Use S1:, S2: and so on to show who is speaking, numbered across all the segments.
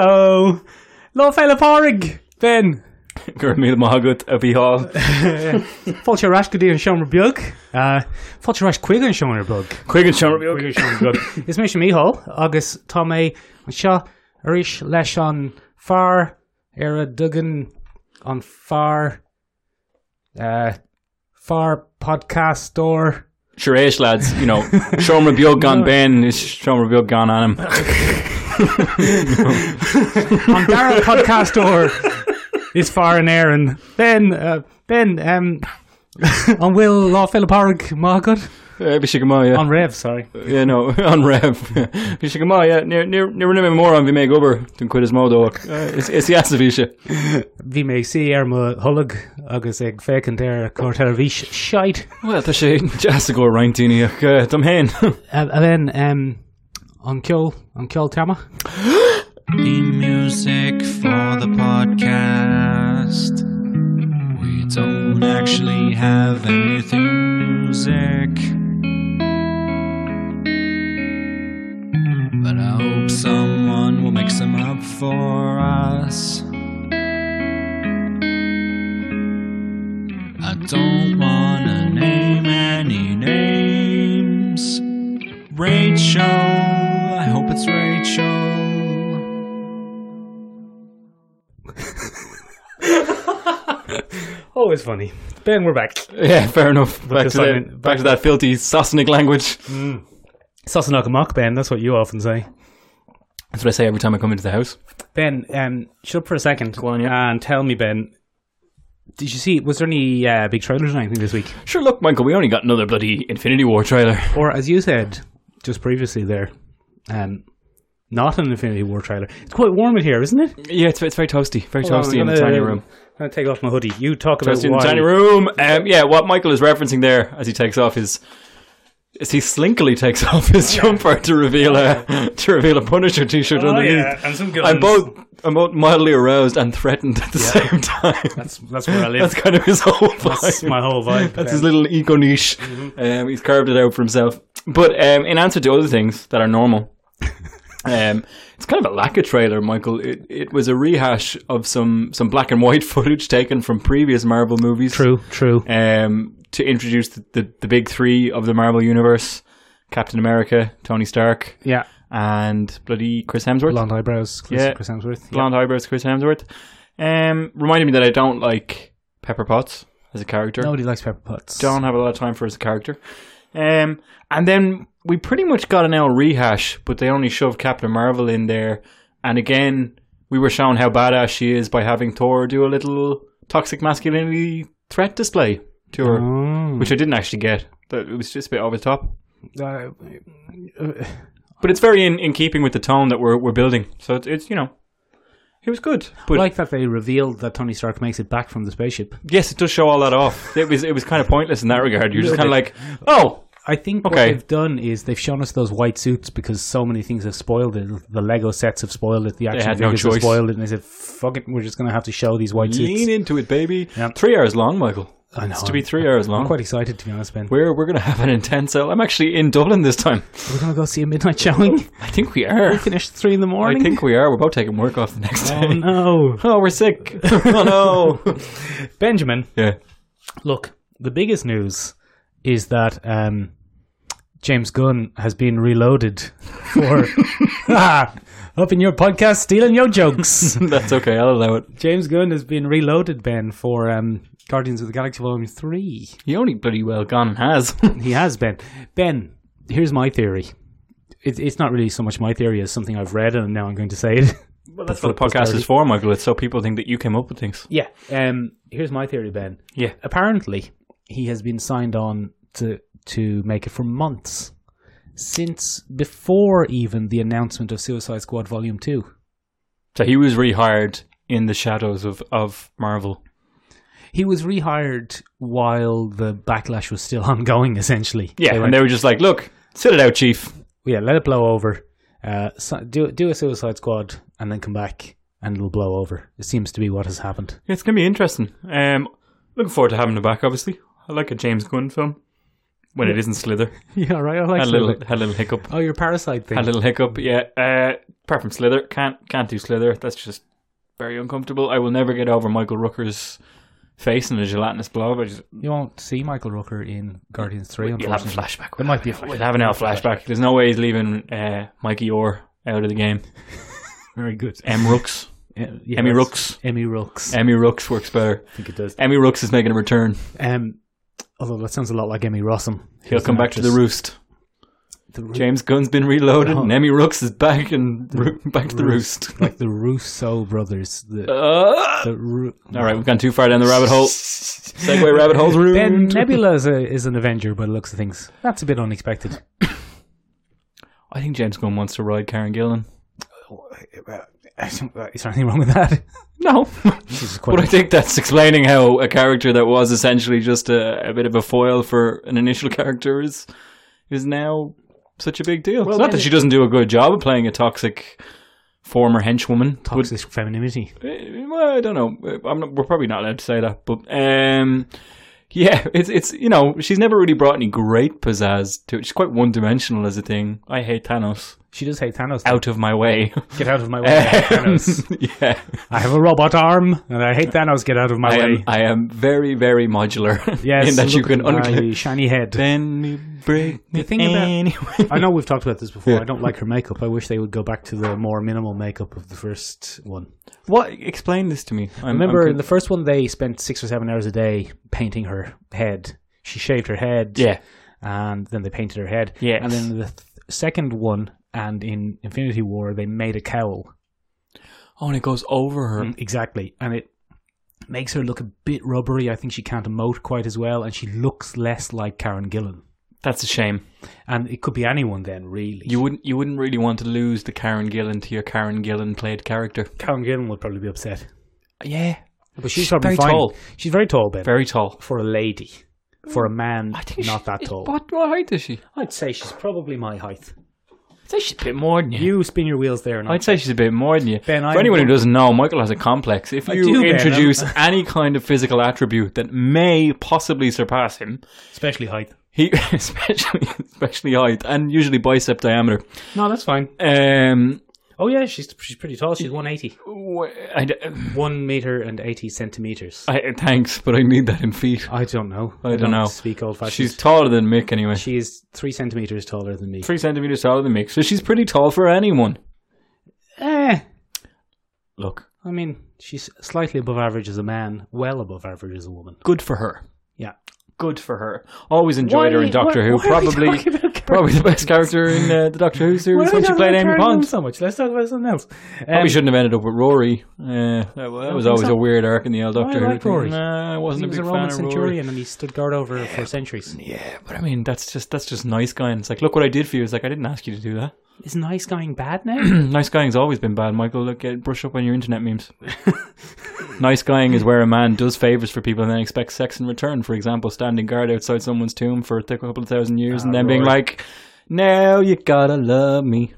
S1: Helo! Lofel y porrig! Ben!
S2: Gur mí mágat a bhí hall
S1: Fáilte ras go dtíí an seomar beg, fáilte ras chuig an seomar beg.
S2: chuig an seomra
S1: Chuig an seomar beg. Is mé sem íhall agus tá mé an seo aríis leis an far ar a dugan an far uh, far podcast store.
S2: sure éis lads you know seomra beag gan ben is seomra beag gan anam
S1: on Dara podcast or is far and Aaron. Ben, uh, Ben, um, on Will Law Philipparg Margaret
S2: bhí si go má
S1: on Rev, sorry.
S2: nó an raibh bhí si go má ní rinne mór an bhí mé gobar tún chuid is módóach Eh, is is yes a bhí se
S1: Vi may see Erma Hullig agus ag fecant ar Cortel Vish shite.
S2: Well tá sé jazz a go reintííach dom hen
S1: Um, and then um, on Kjol, on Kjol Tama.
S3: Theme music for the podcast. We don't actually have anything music. But I hope someone will make some up for us. I don't wanna name any names. Rachel, I hope it's Rachel.
S1: Always funny. Ben, we're back.
S2: yeah fair enough back
S1: the
S2: to, the,
S1: Simon-
S2: back to that filthy Sasanic language
S1: Sassanaka mock, Ben, that's what you often say.
S2: that's what I say every time I come into the house
S1: Ben, um, shut up for a second. Go
S2: on, yeah.
S1: And tell me, Ben, did you see, was there any uh, big trailers or anything this week?
S2: sure look Michael we only got another bloody Infinity War trailer
S1: or as you said just previously there, um, not an Infinity War trailer. It's quite warm in here, isn't it?
S2: yeah it's, it's very toasty very toasty in the tiny room
S1: I'm gonna take off my hoodie. You talk about
S2: Just in the
S1: why-
S2: tiny room. Um, yeah, what Michael is referencing there as he takes off his is he slinkily takes off his jumper to reveal a to reveal a Punisher T-shirt
S1: Oh,
S2: underneath.
S1: yeah, and some guns.
S2: I'm both I'm both mildly aroused and threatened at the same time.
S1: That's,
S2: That's,
S1: that's where I live. that's,
S2: kind of his whole vibe.
S1: my whole vibe.
S2: That's his little eco niche. Um, he's carved it out for himself. But um, in answer to other things that are normal, um, it's kind of a lack of trailer, Michael. It, it was a rehash of some, some black and white footage taken from previous Marvel movies.
S1: true, true.
S2: Um, to introduce the, the, the big three of the Marvel Universe Captain America, Tony Stark,
S1: yeah,
S2: and bloody Chris Hemsworth.
S1: blonde eyebrows. Chris,
S2: Yeah.
S1: Chris Hemsworth.
S2: Blonde eyebrows, Chris Hemsworth. Um, reminded me that I don't like Pepper Potts as a character.
S1: Nobody likes pepper pots.
S2: don't have a lot of time for his character. Um, and then we pretty much got an L rehash, but they only shoved Captain Marvel in there. And again, we were shown how badass she is by having Thor do a little toxic masculinity threat display to her,
S1: Oh.
S2: which I didn't actually get. That it was just a bit over the top.
S1: Uh,
S2: But it's very in, in keeping with the tone that we're we're building. So it's, it's you know, it was good. But
S1: like that they revealed that Tony Stark makes it back from the spaceship.
S2: yes, it does show all that off. It was it was kind of pointless in that regard. You're just kind of like, oh,
S1: I think what
S2: Okay.
S1: they've done is they've shown us those white suits because so many things have spoiled it. The Lego sets have spoiled it. The action
S2: had no
S1: figures
S2: choice.
S1: have spoiled it, and they said, "Fuck it, we're just going to have to show these white
S2: lean
S1: suits."
S2: into it, baby.
S1: Yep.
S2: Three hours long, Michael.
S1: I know.
S2: It's to be three hours long.
S1: I'm quite excited to be honest, Ben. We're,
S2: We're we're gonna have an intense. L- I'm actually in Dublin this time.
S1: going to go see a midnight showing.
S2: I think we are.
S1: Finish three in the
S2: I
S1: morning.
S2: think we are. We're both taking work off the next
S1: Oh
S2: day.
S1: no,
S2: Oh, we're sick. oh no.
S1: Benjamin!
S2: Yeah.
S1: Look, the biggest news is that um, James Gunn has been reloaded for. Ah, up in your podcast, stealing your jokes.
S2: That's okay. I'll allow it.
S1: James Gunn has been reloaded, Ben, for um, Guardians of the Galaxy Volume 3.
S2: He only bloody well gone and has.
S1: He has been. Ben, here's my theory. It, it's not really so much my theory as something I've read, and now I'm going to say it.
S2: well, that's what the podcast is for, Michael. It's so people think that you came up with things.
S1: yeah. Um, here's my theory, Ben.
S2: Yeah.
S1: Apparently, he has been signed on to to make it for months since before even the announcement of Suicide Squad Volume 2.
S2: So he was rehired in the shadows of of Marvel.
S1: He was rehired while the backlash was still ongoing, essentially.
S2: Yeah,
S1: They
S2: and
S1: went,
S2: they were just like, "Look, sit it out, Chief."
S1: yeah, let it blow over. Uh, so, do do a Suicide Squad and then come back, and it'll blow over. It seems to be what has happened.
S2: It's gonna be interesting. Um, looking forward to having him back. Obviously, I like a James Gunn film. when it isn't Slither.
S1: Yeah, right. I like
S2: Had a
S1: Slither.
S2: little, had a little hiccup.
S1: Oh, your parasite thing.
S2: Had a little hiccup. Yeah. Uh, apart from Slither, can't can't do Slither. That's just very uncomfortable. I will never get over Michael Rooker's face in a gelatinous blob. I just
S1: you won't see Michael Rooker in Guardians Three.
S2: you'll have a
S1: Unfortunately,
S2: flashback.
S1: there might be a flash.
S2: We'll have an out flashback. There's no way he's leaving uh, Mikey Orr out of the game.
S1: Very good. Uh,
S2: M Rooks.
S1: Em-
S2: Emmy Rooks.
S1: Emmy Rooks.
S2: Emmy Rooks works better.
S1: I think it does.
S2: Emmy Rooks is making a return.
S1: Um, although that sounds a lot like Emmy Rossum.
S2: He'll come back to the roost.
S1: The Ro-
S2: James Gunn's been reloaded,
S1: Oh.
S2: and Emmy Rooks is back and ro- back to the roost.
S1: like the Russo brothers. The,
S2: Uh,
S1: the Ru-
S2: all right, we've gone too far down the rabbit hole. Segway rabbit holes ruined.
S1: Ben Nebula is, a, is an Avenger, by the looks of things. That's a bit unexpected.
S2: I think James Gunn wants to ride Karen Gillan.
S1: Is there anything wrong with that?
S2: No,
S1: This is
S2: but I
S1: quite
S2: think that's explaining how a character that was essentially just a, a bit of a foil for an initial character is is now such a big deal. it's not
S1: then
S2: that
S1: it-
S2: she doesn't do a good job of playing a toxic former henchwoman. but-
S1: toxic femininity.
S2: Uh, well, I don't know. I'm not, we're probably not allowed to say that, but um, yeah, it's it's you know she's never really brought any great pizzazz to it. She's quite one dimensional as a thing. I hate Thanos.
S1: She does hate Thanos.
S2: Out of my way.
S1: Get out of my way, Thanos.
S2: yeah,
S1: I have a robot arm, and I hate Thanos. Get out of my
S2: I
S1: way.
S2: am. I am very very modular.
S1: yes,
S2: in that you
S1: look
S2: can
S1: at my
S2: unclip.
S1: shiny head.
S2: Then me break me
S1: thing about-
S2: anyway.
S1: I know we've talked about this before.
S2: Yeah.
S1: I don't like her makeup. I wish they would go back to the more minimal makeup of the first one.
S2: What? Explain this to me. I'm,
S1: Remember,
S2: I'm
S1: in the first one, they spent six or seven hours a day painting her head. She shaved her head,
S2: yeah.
S1: and then they painted her head.
S2: Yes.
S1: And then the th- second one, and in Infinity War, they made a cowl.
S2: Oh, and it goes over
S1: Mm,
S2: her.
S1: Exactly. And it makes her look a bit rubbery. I think she can't emote quite as well, and she looks less like Karen Gillan.
S2: That's a shame.
S1: And it could be anyone then, really.
S2: You wouldn't. You wouldn't really want to lose the Karen Gillan to your Karen Gillan played character.
S1: Karen Gillan would probably be upset.
S2: Yeah,
S1: But she's,
S2: She's
S1: probably
S2: very
S1: fine.
S2: tall.
S1: She's very tall, Ben.
S2: very tall.
S1: for a lady. For a man, not that tall.
S2: What, what height is she?
S1: I'd say she's probably my height.
S2: I'd say she's a bit more than you.
S1: You spin your wheels there, and
S2: I'd say she's a bit more than you.
S1: Ben,
S2: For
S1: I'm-
S2: anyone who doesn't know, Michael has a complex. If
S1: I
S2: you
S1: do, Ben,
S2: introduce
S1: I'm-
S2: any kind of physical attribute that may possibly surpass him,
S1: especially height.
S2: he especially especially height and usually bicep diameter.
S1: No, that's fine.
S2: Um,
S1: Oh yeah, she's she's pretty tall. She's one eighty.
S2: wh- I d-
S1: One meter and eighty centimeters.
S2: I- thanks, but I need that in feet.
S1: I don't know.
S2: I don't know.
S1: Speak old fashioned.
S2: She's taller than Mick anyway.
S1: she is three centimeters taller than me.
S2: Three centimeters taller than Mick, so she's pretty tall for anyone.
S1: Eh,
S2: Look,
S1: I mean, she's slightly above average as a man, well above average as a woman.
S2: good for her.
S1: Yeah.
S2: good for her. Always enjoyed her in Doctor Who. probably, probably the best character in uh, the Doctor Who series when she played Amy Pond. Um,
S1: so much. Let's talk about something else.
S2: Probably shouldn't have ended up with Rory. Uh, that
S1: don't
S2: was
S1: think
S2: always
S1: so.
S2: a weird arc in the old
S1: I
S2: Doctor Who.
S1: like
S2: thing.
S1: Rory.
S2: Nah, I wasn't
S1: He
S2: a
S1: was
S2: big
S1: a
S2: fan
S1: Roman
S2: of
S1: centurion
S2: Rory.
S1: and he stood guard over for centuries.
S2: Yeah, but I mean, that's just that's just nice guy. And it's like, look what I did for you. It's like I didn't ask you to do that.
S1: Is nice going bad now?
S2: nice guying's always been bad, Michael. Look, get brush up on your internet memes. nice guying is where a man does favors for people and then expects sex in return. For example, standing guard outside someone's tomb for a thick couple of thousand years and
S1: Ah,
S2: then being
S1: Rory.
S2: like, "Now you gotta love me."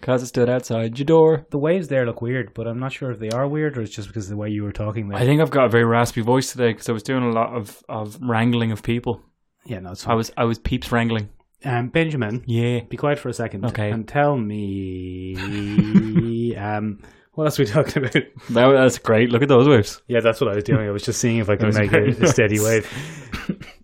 S2: Cause I stood outside your door.
S1: the waves there look weird, but I'm not sure if they are weird or it's just because of the way you were talking there.
S2: I think I've got a very raspy voice today because I was doing a lot of, of wrangling of people.
S1: yeah, no, it's
S2: I
S1: fine.
S2: was I was peeps wrangling.
S1: Um, Benjamin,
S2: Yeah.
S1: be quiet for a second.
S2: Okay.
S1: And tell me. um, what else are we talking about?
S2: That, that's great. Look at those waves.
S1: Yeah, that's what I was doing. I was just seeing if I could
S2: was
S1: make
S2: very
S1: a, a steady
S2: nice.
S1: wave.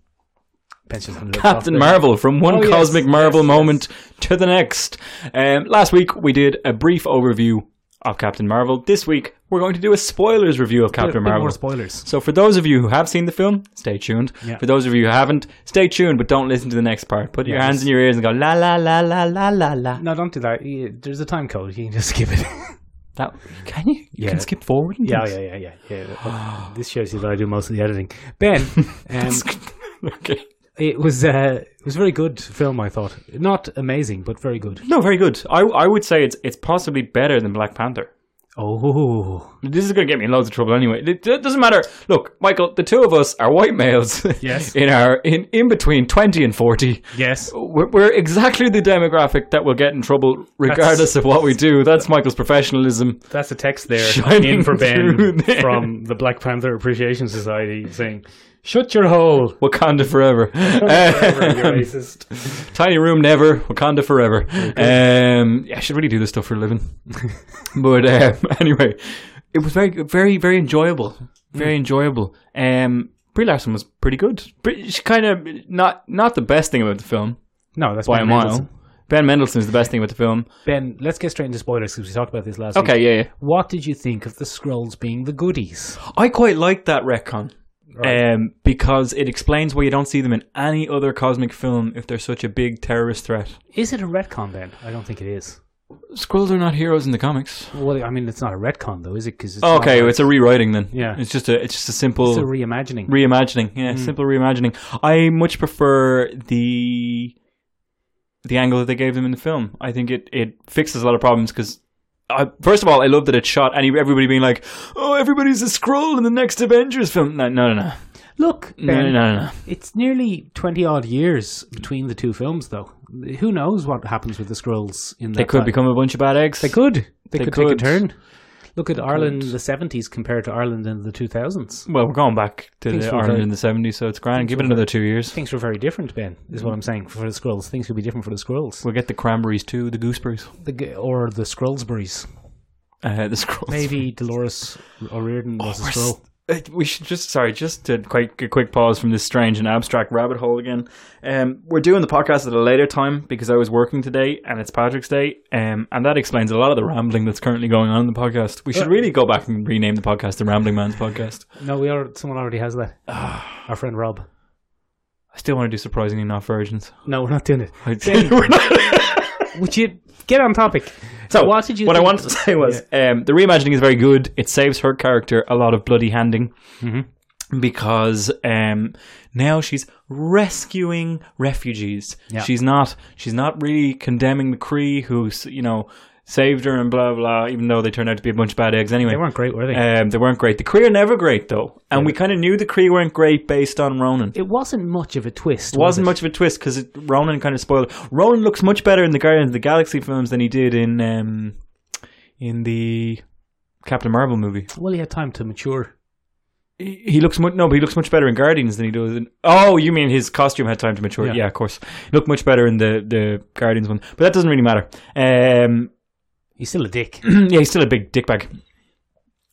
S1: Benjamin's on the
S2: Captain
S1: top there.
S2: Marvel from one
S1: Oh, yes,
S2: cosmic Marvel
S1: yes, yes.
S2: moment to the next. Um, last week we did a brief overview of Captain Marvel. This week we're going to do a spoilers review of
S1: Bit-
S2: Captain
S1: bit
S2: Marvel.
S1: more spoilers.
S2: So for those of you who have seen the film, stay tuned.
S1: Yeah.
S2: For those of you who haven't, stay tuned, but don't listen to the next part. Put your
S1: Yeah,
S2: hands in your ears and go la la la la la la la.
S1: No, don't do that. Yeah, There's a time code. You can just skip it.
S2: That can you? You
S1: Yeah.
S2: can skip forward. And
S1: yeah,
S2: things.
S1: yeah, yeah, yeah, yeah. this shows you that I do most of the editing. Ben, um,
S2: okay.
S1: It was uh, it was a very good film, I thought. Not amazing, but very good.
S2: No, very good. I I would say it's it's possibly better than Black Panther.
S1: Oh,
S2: This is going to get me in loads of trouble anyway. It, it doesn't matter. Look, Michael, the two of us are white males.
S1: Yes.
S2: in our in in between twenty and forty.
S1: yes.
S2: We're, we're exactly the demographic that will get in trouble regardless of what we do. That's Michael's professionalism.
S1: That's a text there
S2: Shining
S1: in for Ben
S2: through there.
S1: from the Black Panther Appreciation Society saying, Shut your hole.
S2: Wakanda forever.
S1: You're
S2: Um,
S1: racist.
S2: Tiny room, never. Wakanda forever. Um, yeah, I should really do this stuff for a living. but um, anyway, it was very, very, very enjoyable. Very enjoyable. Um, Brie Larson was pretty good. Pretty, she kind of not not the best thing about the film
S1: No, that's
S2: by
S1: Ben
S2: a mile.
S1: Mendelsohn.
S2: Ben Mendelsohn Hmm. is the best thing about the film.
S1: Ben, let's get straight into spoilers because we talked about this last week.
S2: Okay, yeah, yeah.
S1: What did you think of the scrolls being the goodies?
S2: I quite like that retcon.
S1: Right.
S2: Um, because it explains why you don't see them in any other cosmic film if they're such a big terrorist threat.
S1: Is it a retcon then? I don't think it is.
S2: Skrulls are not heroes in the comics.
S1: Well, I mean, it's not a retcon though, is it? Because
S2: Oh, okay, it's a rewriting then.
S1: Yeah.
S2: it's just a it's just a simple
S1: it's a Mm. reimagining.
S2: reimagining. Yeah, simple reimagining. I much prefer the the angle that they gave them in the film. I think it it fixes a lot of problems because. first of all, I love that it's shot, and everybody being like, "Oh, everybody's a scroll in the next Avengers film." No, no, no, no,
S1: Look,
S2: no,
S1: Ben,
S2: no, no, no.
S1: it's nearly twenty odd years between the two films, though. Who knows what happens with the scrolls in that
S2: They could
S1: time.
S2: become a bunch of bad eggs.
S1: They could. They,
S2: They
S1: could,
S2: could.
S1: take a turn. Look at Ireland
S2: could.
S1: in the seventies compared to Ireland in the two thousands.
S2: Well, we're going back to
S1: Things
S2: the
S1: were
S2: Ireland
S1: very-
S2: in the '70s, so it's grand. Give it
S1: were
S2: another two years.
S1: Things were very different, Ben. Is what I'm saying for the scrolls. Things could be different for the scrolls,
S2: We'll get the cranberries too, the gooseberries,
S1: the, g- or the Scrollsberries.
S2: uh, the scrolls.
S1: Maybe Dolores O'Riordan was a
S2: We're
S1: scroll.
S2: s- uh, We should just sorry, just to quite a quick pause from this strange and abstract rabbit hole again. Um, we're doing the podcast at a later time because I was working today and it's Patrick's Day, um, and that explains a lot of the rambling that's currently going on in the podcast. We should really go back and rename the podcast the Rambling Man's Podcast.
S1: No, we are. Someone already has that.
S2: Ah.
S1: Our friend Rob.
S2: I still want to do surprisingly not virgins.
S1: No, we're not doing it.
S2: I'd say we're not-
S1: Would you get on topic?
S2: So
S1: What did you
S2: What I
S1: think-
S2: wanted to say was um, the reimagining is very good. It saves her character a lot of bloody handing
S1: Mm-hmm.
S2: because um, now she's rescuing refugees.
S1: Yeah.
S2: She's not. She's not really condemning the Cree who s- you know saved her and blah blah. Even though they turned out to be a bunch of bad eggs anyway.
S1: They weren't great, were they?
S2: Um, they weren't great. The Cree are never great though, and we kind of knew the Cree weren't great based on Ronan.
S1: it wasn't much of a twist.
S2: It wasn't
S1: was
S2: much of a twist because Ronan kind of spoiled. Ronan looks much better in the Guardians of the Galaxy films than he did in um, in the Captain Marvel movie.
S1: it? Well, he had time to mature.
S2: He, he looks much no, but he looks much better in Guardians than he does in. Oh, you mean his costume had time to mature?
S1: Yeah.
S2: Yeah, of course. He looked much better in the the Guardians one, but that doesn't really matter. Um,
S1: He's still a dick.
S2: yeah, he's still a big dickbag.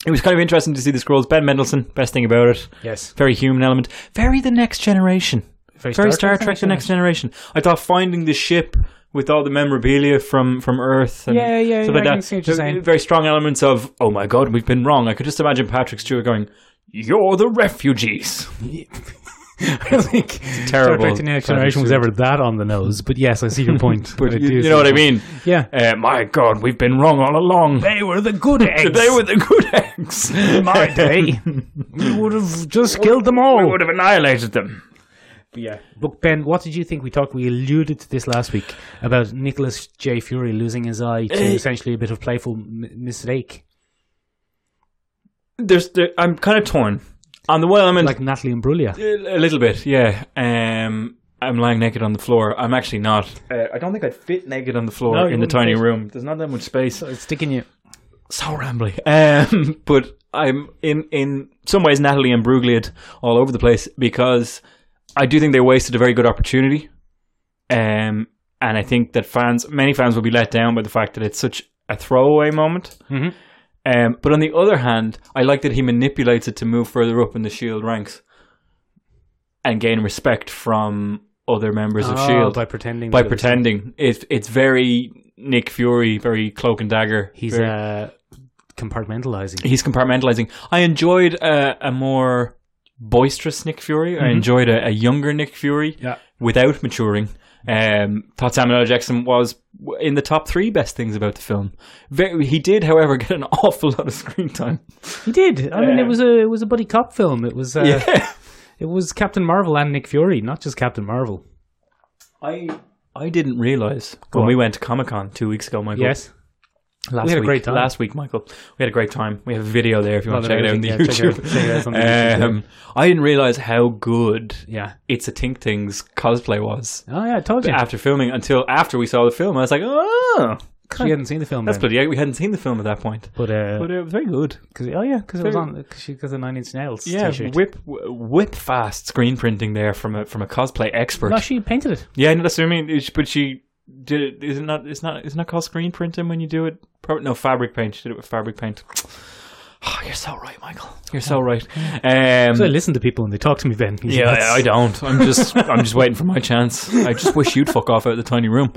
S2: It was kind of interesting to see the scrolls. Ben Mendelsohn, best thing about it.
S1: yes.
S2: Very human element. Very the next generation.
S1: Very,
S2: Very Star, Trek: The Next Generation. I thought finding the ship with all the memorabilia from from Earth, and
S1: Yeah, yeah,
S2: stuff
S1: yeah,
S2: like
S1: I
S2: that.
S1: can see what you're
S2: There-
S1: saying.
S2: Very strong elements of oh my god, we've been wrong. I could just imagine Patrick Stewart going, "You're the refugees."
S1: I don't think Star
S2: terrible
S1: Trek: The Next Generation was ever that on the nose. But yes, I see your point.
S2: But
S1: I do
S2: you, you
S1: see
S2: know what I
S1: your point.
S2: mean?
S1: Yeah.
S2: Uh, my god, we've been wrong all along.
S1: They were the good eggs.
S2: They were the good eggs.
S1: my day. we would have just killed them
S2: we
S1: all.
S2: would have annihilated them. Yeah.
S1: Look, Ben, what did you think? We talked, we alluded to this last week about Nicholas J. Fury losing his eye to
S2: Eh.
S1: essentially a bit of playful m- mistake,
S2: There's. There, I'm kind of torn. On the one element,
S1: like Natalie Imbruglia.
S2: A a little bit, yeah. Um, I'm lying naked on the floor. I'm actually not. Uh, I don't think I'd fit naked on the floor
S1: No, you
S2: in the
S1: wouldn't
S2: tiny
S1: fit.
S2: room. There's not that much space.
S1: It's sticking you.
S2: So rambly. Um, but I'm in in some ways Natalie and Brugliad all over the place because I do think they wasted a very good opportunity. Um, and I think that fans, many fans, will be let down by the fact that it's such a throwaway moment.
S1: Mhm.
S2: Um, but on the other hand, I like that he manipulates it to move further up in the Shield E ranks and gain respect from other members of Shield
S1: Oh, Ah, by pretending.
S2: E by
S1: that it's-
S2: pretending. It's it's very Nick Fury, very cloak and dagger.
S1: he's
S2: very,
S1: uh, compartmentalizing.
S2: he's compartmentalizing. I enjoyed uh, a, a more boisterous Nick Fury. I enjoyed a, a younger Nick Fury
S1: Mm-hmm. Yeah.
S2: without maturing. Um, thought Samuel L. Jackson was w- in the top three best things about the film. Very, he did, however, get an awful lot of screen time.
S1: He did. I mean,
S2: Yeah.
S1: it was a it was a buddy cop film. It was uh,
S2: yeah,
S1: it was Captain Marvel and Nick Fury, not just Captain Marvel.
S2: I I didn't realize when
S1: on.
S2: we went to Comic Con two weeks ago, Michael.
S1: Yes,
S2: last
S1: We had a
S2: week,
S1: great time.
S2: Last week, Michael, we had a great time. We have a video there if you want to
S1: Well,
S2: check it out on the
S1: yeah, check it out-
S2: YouTube.
S1: check it out on the YouTube, yeah.
S2: um, I didn't realize how good
S1: yeah.
S2: it's a Tink Things cosplay was
S1: Oh yeah, I told you.
S2: uh, after filming until after we saw the film. I was like, oh,
S1: 'cause we hadn't seen the film.
S2: That's
S1: then.
S2: bloody. We hadn't seen the film at that point,
S1: but
S2: but
S1: uh,
S2: it was very good.
S1: because oh yeah, because it was
S2: Fair-
S1: on because she got the Nine Inch Nails
S2: Yeah,
S1: t-shirt.
S2: whip whip fast screen printing there from a from a cosplay expert.
S1: no, she painted it.
S2: yeah, no, that's what I mean. It's- but she did it. Isn't that it's not it's not called screen printing when you do it? Probably no fabric paint. She did it with fabric paint. Oh, you're so right, Michael. You're so right. Um,
S1: So I listen to people and they talk to me. Then
S2: yeah, I, I don't. I'm just I'm just waiting for my chance. I just wish you'd fuck off out of the tiny room.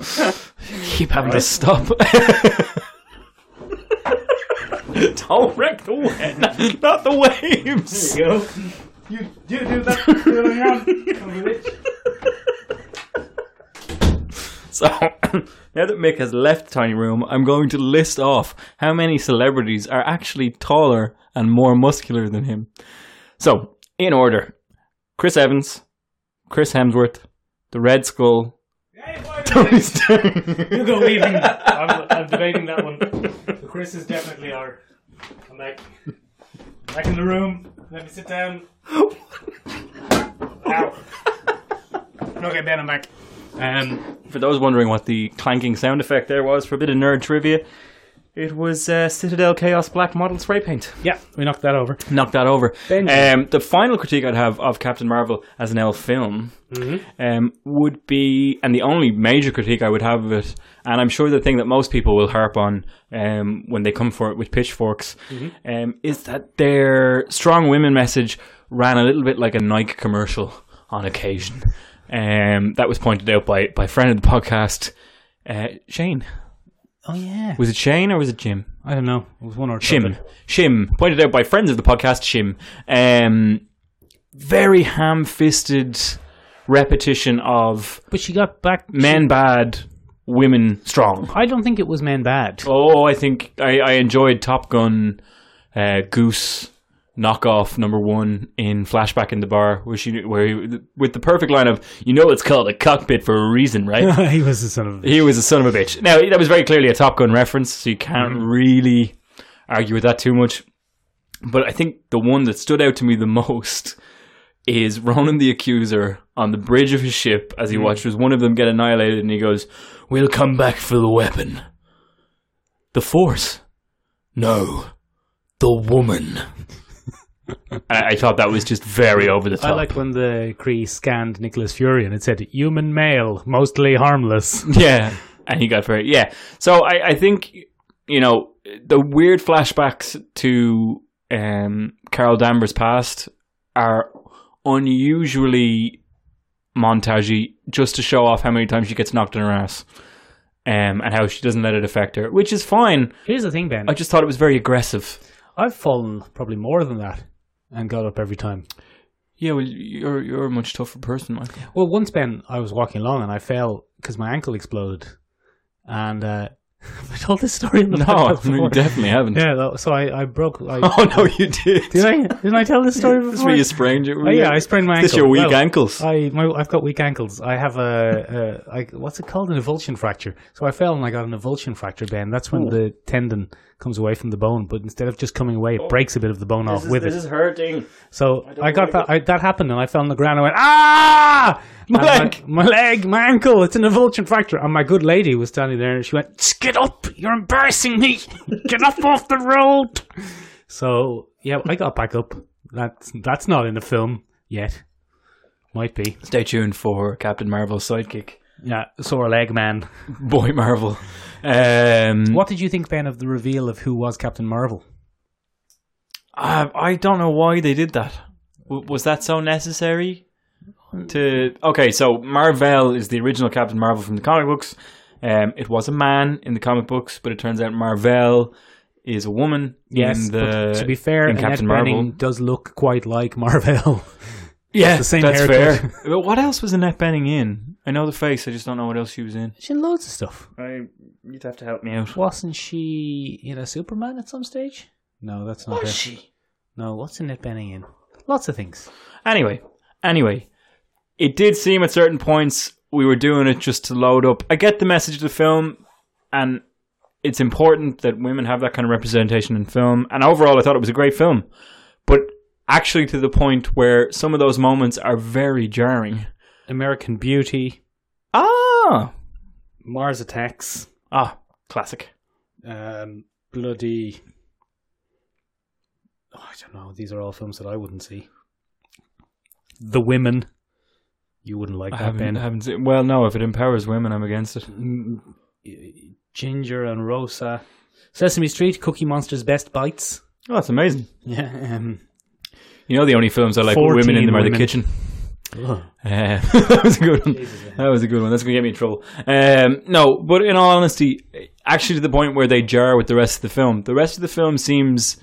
S2: Keep having to stop. don't wreck the wet, not, not the waves. So now that Mick has left Tiny Room, I'm going to list off how many celebrities are actually taller and more muscular than him. So, in order, Chris Evans, Chris Hemsworth, the Red Skull, Tony Stark.
S1: go leaving. I'm, I'm debating that one. Chris is definitely our. I'm back. Back in the room. Let me sit down. Ow. Okay, Ben, I'm back. Um,
S2: For those wondering what the clanking sound effect there was for a bit of nerd trivia, it was uh, Citadel Chaos Black model spray paint.
S1: yeah, we knocked that over.
S2: knock that over.
S1: Benji.
S2: Um, the final critique I'd have of Captain Marvel as an L film um, would be, and the only major critique I would have of it, and I'm sure the thing that most people will harp on um, when they come for it with pitchforks, um, is that their strong women message ran a little bit like a Nike commercial on occasion. Um, that was pointed out by by a friend of the podcast, uh, Shane.
S1: Oh yeah.
S2: Was it Shane or was it Jim?
S1: I don't know. It was one or
S2: Shim. Shim. Pointed out by friends of the podcast, Shim. Um, very ham fisted repetition of
S1: But she got back.
S2: men bad, women strong.
S1: I don't think it was men bad.
S2: Oh, I think I, I enjoyed Top Gun uh, Goose knockoff number one in Flashback in the Bar, where she, where he, with the perfect line of, you know, it's called a cockpit for a reason, right?
S1: he was the son of.
S2: He was a son of a bitch. Now that was very clearly a Top Gun reference, so you can't
S1: Mm-hmm.
S2: really argue with that too much. But I think the one that stood out to me the most is Ronan the Accuser on the bridge of his ship as he
S1: Mm-hmm.
S2: watches one of them get annihilated, and he goes, "We'll come back for the weapon, the Force, no, the woman." I, I thought that was just very over the
S1: I
S2: top.
S1: like when the Cree scanned Nicholas Fury and it said "human male, mostly harmless."
S2: Yeah, and he got very yeah. So I, I think you know the weird flashbacks to um, Carol Danvers' past are unusually montagey, just to show off how many times she gets knocked in her ass, um, and how she doesn't let it affect her, which is fine.
S1: Here's the thing, Ben.
S2: I just thought it was very aggressive.
S1: I've fallen probably more than that and got up every time.
S2: Yeah, well, you're you're a much tougher person, Michael.
S1: Well, once, Ben, I was walking along and I fell because my ankle exploded. And uh, have I told this story in the
S2: No,
S1: podcast
S2: you
S1: before?
S2: definitely haven't.
S1: Yeah, that- so I, I broke. I,
S2: Oh no, you did.
S1: did I? Didn't I tell this story before?
S2: That's where you sprained your.
S1: Oh, yeah, I sprained my ankle.
S2: This your weak
S1: Well,
S2: ankles.
S1: I my, I've got weak ankles. I have a, a I, what's it called an avulsion fracture. So I fell and I got an avulsion fracture, Ben. That's when the tendon comes away from the bone, but instead of just coming away, it breaks a bit of the bone off Oh, with it.
S2: Oh. is hurting.
S1: So I, got
S2: wanna
S1: that. I, that happened, and I fell on the ground. and I went, ah, my
S2: leg.
S1: my, leg, my ankle. It's an avulsion fracture. And my good lady was standing there, and she went, "Tsk, "Get up! You're embarrassing me. Get up off the road." So yeah, I got back up. That's that's not in the film yet. Might be.
S2: Stay tuned for Captain Marvel's sidekick,
S1: Yeah, sore leg man.
S2: Boy Marvel. Um,
S1: What did you think, Ben, of the reveal of who was Captain Marvel?
S2: I, I don't know why they did that. W- was that so necessary? To okay, so Marvel is the original Captain Marvel from the comic books. Um, it was a man in the comic books, but it turns out Marvel is a woman.
S1: Yes,
S2: in
S1: but
S2: the,
S1: to be fair,
S2: in
S1: Annette
S2: Captain
S1: Bening
S2: Marvel.
S1: does look quite like Marvel.
S2: Yeah,
S1: the same
S2: that's
S1: haircut.
S2: fair. but what else was Annette Benning in? I know the face, I just don't know what else she was in.
S1: She's in loads of stuff.
S2: I, you'd have to help me out.
S1: Wasn't she in a Superman at some stage? No, that's not her.
S2: she?
S1: No, what's Annette Benning in? Lots of things.
S2: Anyway, anyway, it did seem at certain points we were doing it just to load up. I get the message of the film, and it's important that women have that kind of representation in film. And overall, I thought it was a great film, but actually to the point where some of those moments are very jarring.
S1: American Beauty,
S2: Ah,
S1: Mars Attacks,
S2: ah, Classic.
S1: Um, bloody. oh, I don't know. These are all films that I wouldn't see. The Women. You wouldn't like
S2: I
S1: that,
S2: haven't,
S1: Ben.
S2: I haven't seen, well, no, if it empowers women, I'm against it.
S1: Mm, y- Ginger and Rosa. Sesame Street, Cookie Monster's Best Bites.
S2: Oh, that's amazing.
S1: Yeah. Um,
S2: You know, the only films I like with women in them
S1: 14
S2: are The
S1: women.
S2: Kitchen.
S1: ugh.
S2: Uh, that was a good one. That was a good one. That's going to get me in trouble. Um, no, but in all honesty, actually, to the point where they jar with the rest of the film, the rest of the film seems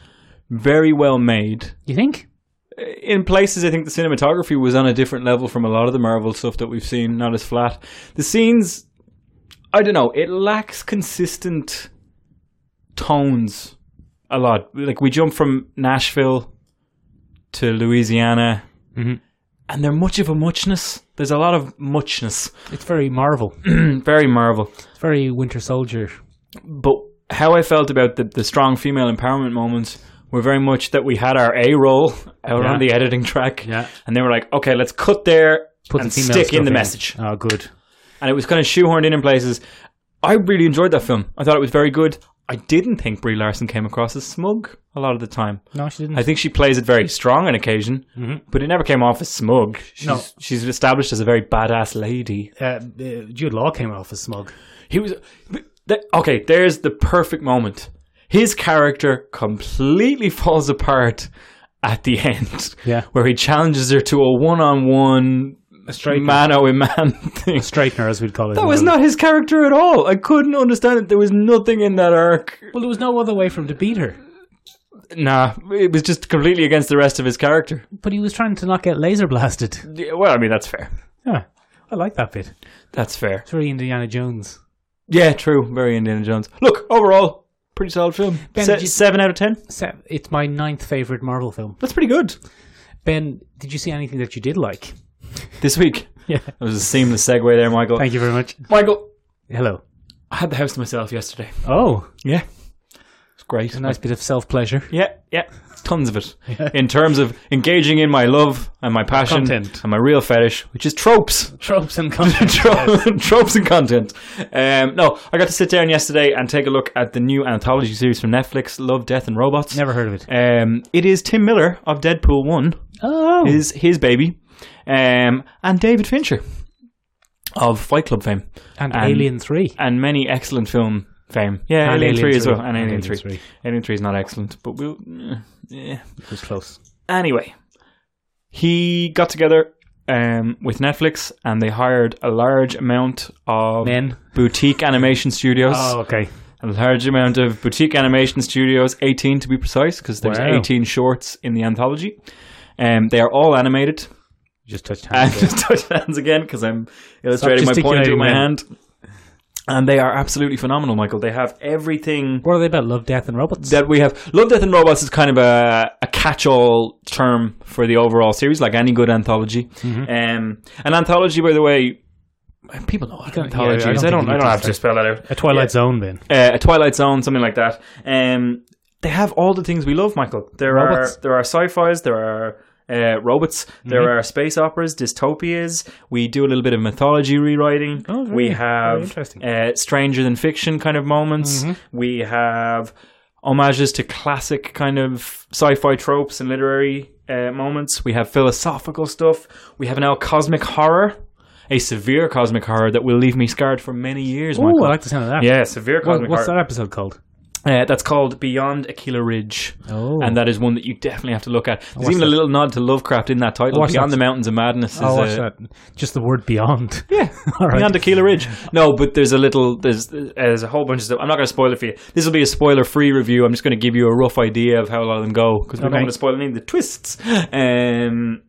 S2: very well made.
S1: You think?
S2: In places, I think the cinematography was on a different level from a lot of the Marvel stuff that we've seen, not as flat. The scenes, I don't know, it lacks consistent tones a lot. Like, we jump from Nashville to Louisiana,
S1: Mhm.
S2: and they're much of a muchness. There's a lot of muchness.
S1: It's very Marvel.
S2: very Marvel.
S1: It's very Winter Soldier.
S2: But how I felt about the, the strong female empowerment moments were very much that we had our A roll out
S1: Yeah.
S2: on the editing track,
S1: Yeah.
S2: and they were like, okay, let's cut there and
S1: female
S2: stick
S1: stuff
S2: in the message.
S1: Oh, good.
S2: And it was kind of shoehorned in in places. I really enjoyed that film. I thought it was very good. I didn't think Brie Larson came across as smug a lot of the time.
S1: No, she didn't.
S2: I think she plays it very strong on occasion,
S1: Mhm.
S2: but it never came off as smug. She's,
S1: No.
S2: she's established as a very badass lady.
S1: uh, uh, Jude Law came off as smug.
S2: He was th- okay. There's the perfect moment. His character completely falls apart at the end.
S1: Yeah.
S2: where he challenges her to a one-on-one
S1: straightener.
S2: mano in man thing.
S1: Straightener, as we'd call it.
S2: That was not his character at all. I couldn't understand it. There was nothing in that arc.
S1: Well, there was no other way for him to beat her.
S2: Nah, it was just completely against the rest of his character.
S1: But he was trying to not get laser blasted.
S2: Yeah, Well, I mean, that's fair.
S1: Yeah. I like that bit.
S2: That's fair.
S1: It's very Indiana Jones.
S2: Yeah, true. Very Indiana Jones. Look, overall, pretty solid film.
S1: Ben,
S2: Se-
S1: did you-
S2: Seven out of ten.
S1: So it's my ninth favorite Marvel film.
S2: That's pretty good.
S1: Ben, did you see anything that you did like?
S2: This week.
S1: Yeah.
S2: That was a seamless segue there, Michael.
S1: Thank you very much.
S2: Michael,
S1: Hello.
S2: I had the house to myself yesterday.
S1: Oh,
S2: Yeah. It's great.
S1: a nice bit of self pleasure.
S2: Yeah, yeah. Tons of it. In terms of engaging in my love and my passion
S1: Content.
S2: and my real fetish, which is tropes.
S1: Tropes and content.
S2: Tro- tropes and content. Um, no, I got to sit down yesterday and take a look at the new anthology series from Netflix, Love, Death and Robots.
S1: Never heard of it.
S2: Um, it is Tim Miller of Deadpool 1,
S1: Oh,
S2: is his baby, um, and David Fincher of Fight Club fame
S1: and,
S2: and-
S1: Alien Three.
S2: and many excellent film fame. Yeah,
S1: And
S2: Alien,
S1: Alien
S2: 3 as
S1: three.
S2: well. And,
S1: And
S2: Alien,
S1: Alien
S2: 3.
S1: three.
S2: Alien 3 is not excellent, but we'll. eh, Yeah.
S1: It was close.
S2: Anyway, he got together um, with Netflix and they hired a large amount of
S1: Men.
S2: boutique animation studios.
S1: Oh, okay.
S2: A large amount of boutique animation studios, 18 to be precise, because there's
S1: Wow.
S2: 18 shorts in the anthology. Um, they are all animated.
S1: Just touched
S2: And
S1: hands. there.
S2: just touch hands again because I'm illustrating my point
S1: gesticulating
S2: with my
S1: then.
S2: hand. And they are absolutely phenomenal, Michael. They have everything
S1: what are they about? Love, death, and robots.
S2: that we have. Love, Death, and Robots is kind of a, a catch-all term for the overall series, like any good anthology.
S1: Mm-hmm.
S2: Um, an anthology, by the way, people know what an
S1: don't- yeah,
S2: anthology
S1: I don't
S2: is. I
S1: think
S2: don't.
S1: you
S2: I
S1: need
S2: don't
S1: to
S2: have to spell that out.
S1: a Twilight Zone, then.
S2: Uh, a Twilight Zone, something like that. Um, they have all the things we love, Michael. There
S1: Robots.
S2: are there are sci-fi's. There are. Uh, robots. There
S1: Mm-hmm.
S2: are space operas, dystopias. We do a little bit of mythology rewriting.
S1: Oh, very-
S2: we
S1: very
S2: have
S1: interesting. Mm-hmm.
S2: uh, stranger than fiction kind of moments. We have homages to classic kind of sci-fi tropes and literary uh, moments. We have philosophical stuff. We have now cosmic horror, a severe cosmic horror that will leave me scarred for many years.
S1: Oh,
S2: Michael.
S1: I like the sound of that.
S2: yeah, severe
S1: What-
S2: cosmic
S1: what's
S2: horror.
S1: that episode called?
S2: Uh, that's called Beyond Aquila Ridge.
S1: Oh,
S2: And that is one that you definitely have to look at. There's
S1: watched
S2: even a
S1: that.
S2: little nod to Lovecraft in that title.
S1: watched
S2: Beyond
S1: that.
S2: the Mountains of Madness is
S1: I'll watch
S2: a-
S1: that. Just the word beyond.
S2: yeah,
S1: All right.
S2: beyond Aquila Ridge. No, but there's a little, there's uh, there's a whole bunch of stuff. I'm not going to spoil it for you. This will be a spoiler-free review. I'm just going to give you a rough idea of how a lot of them go because we
S1: Okay.
S2: don't want to spoil any of the twists. Um,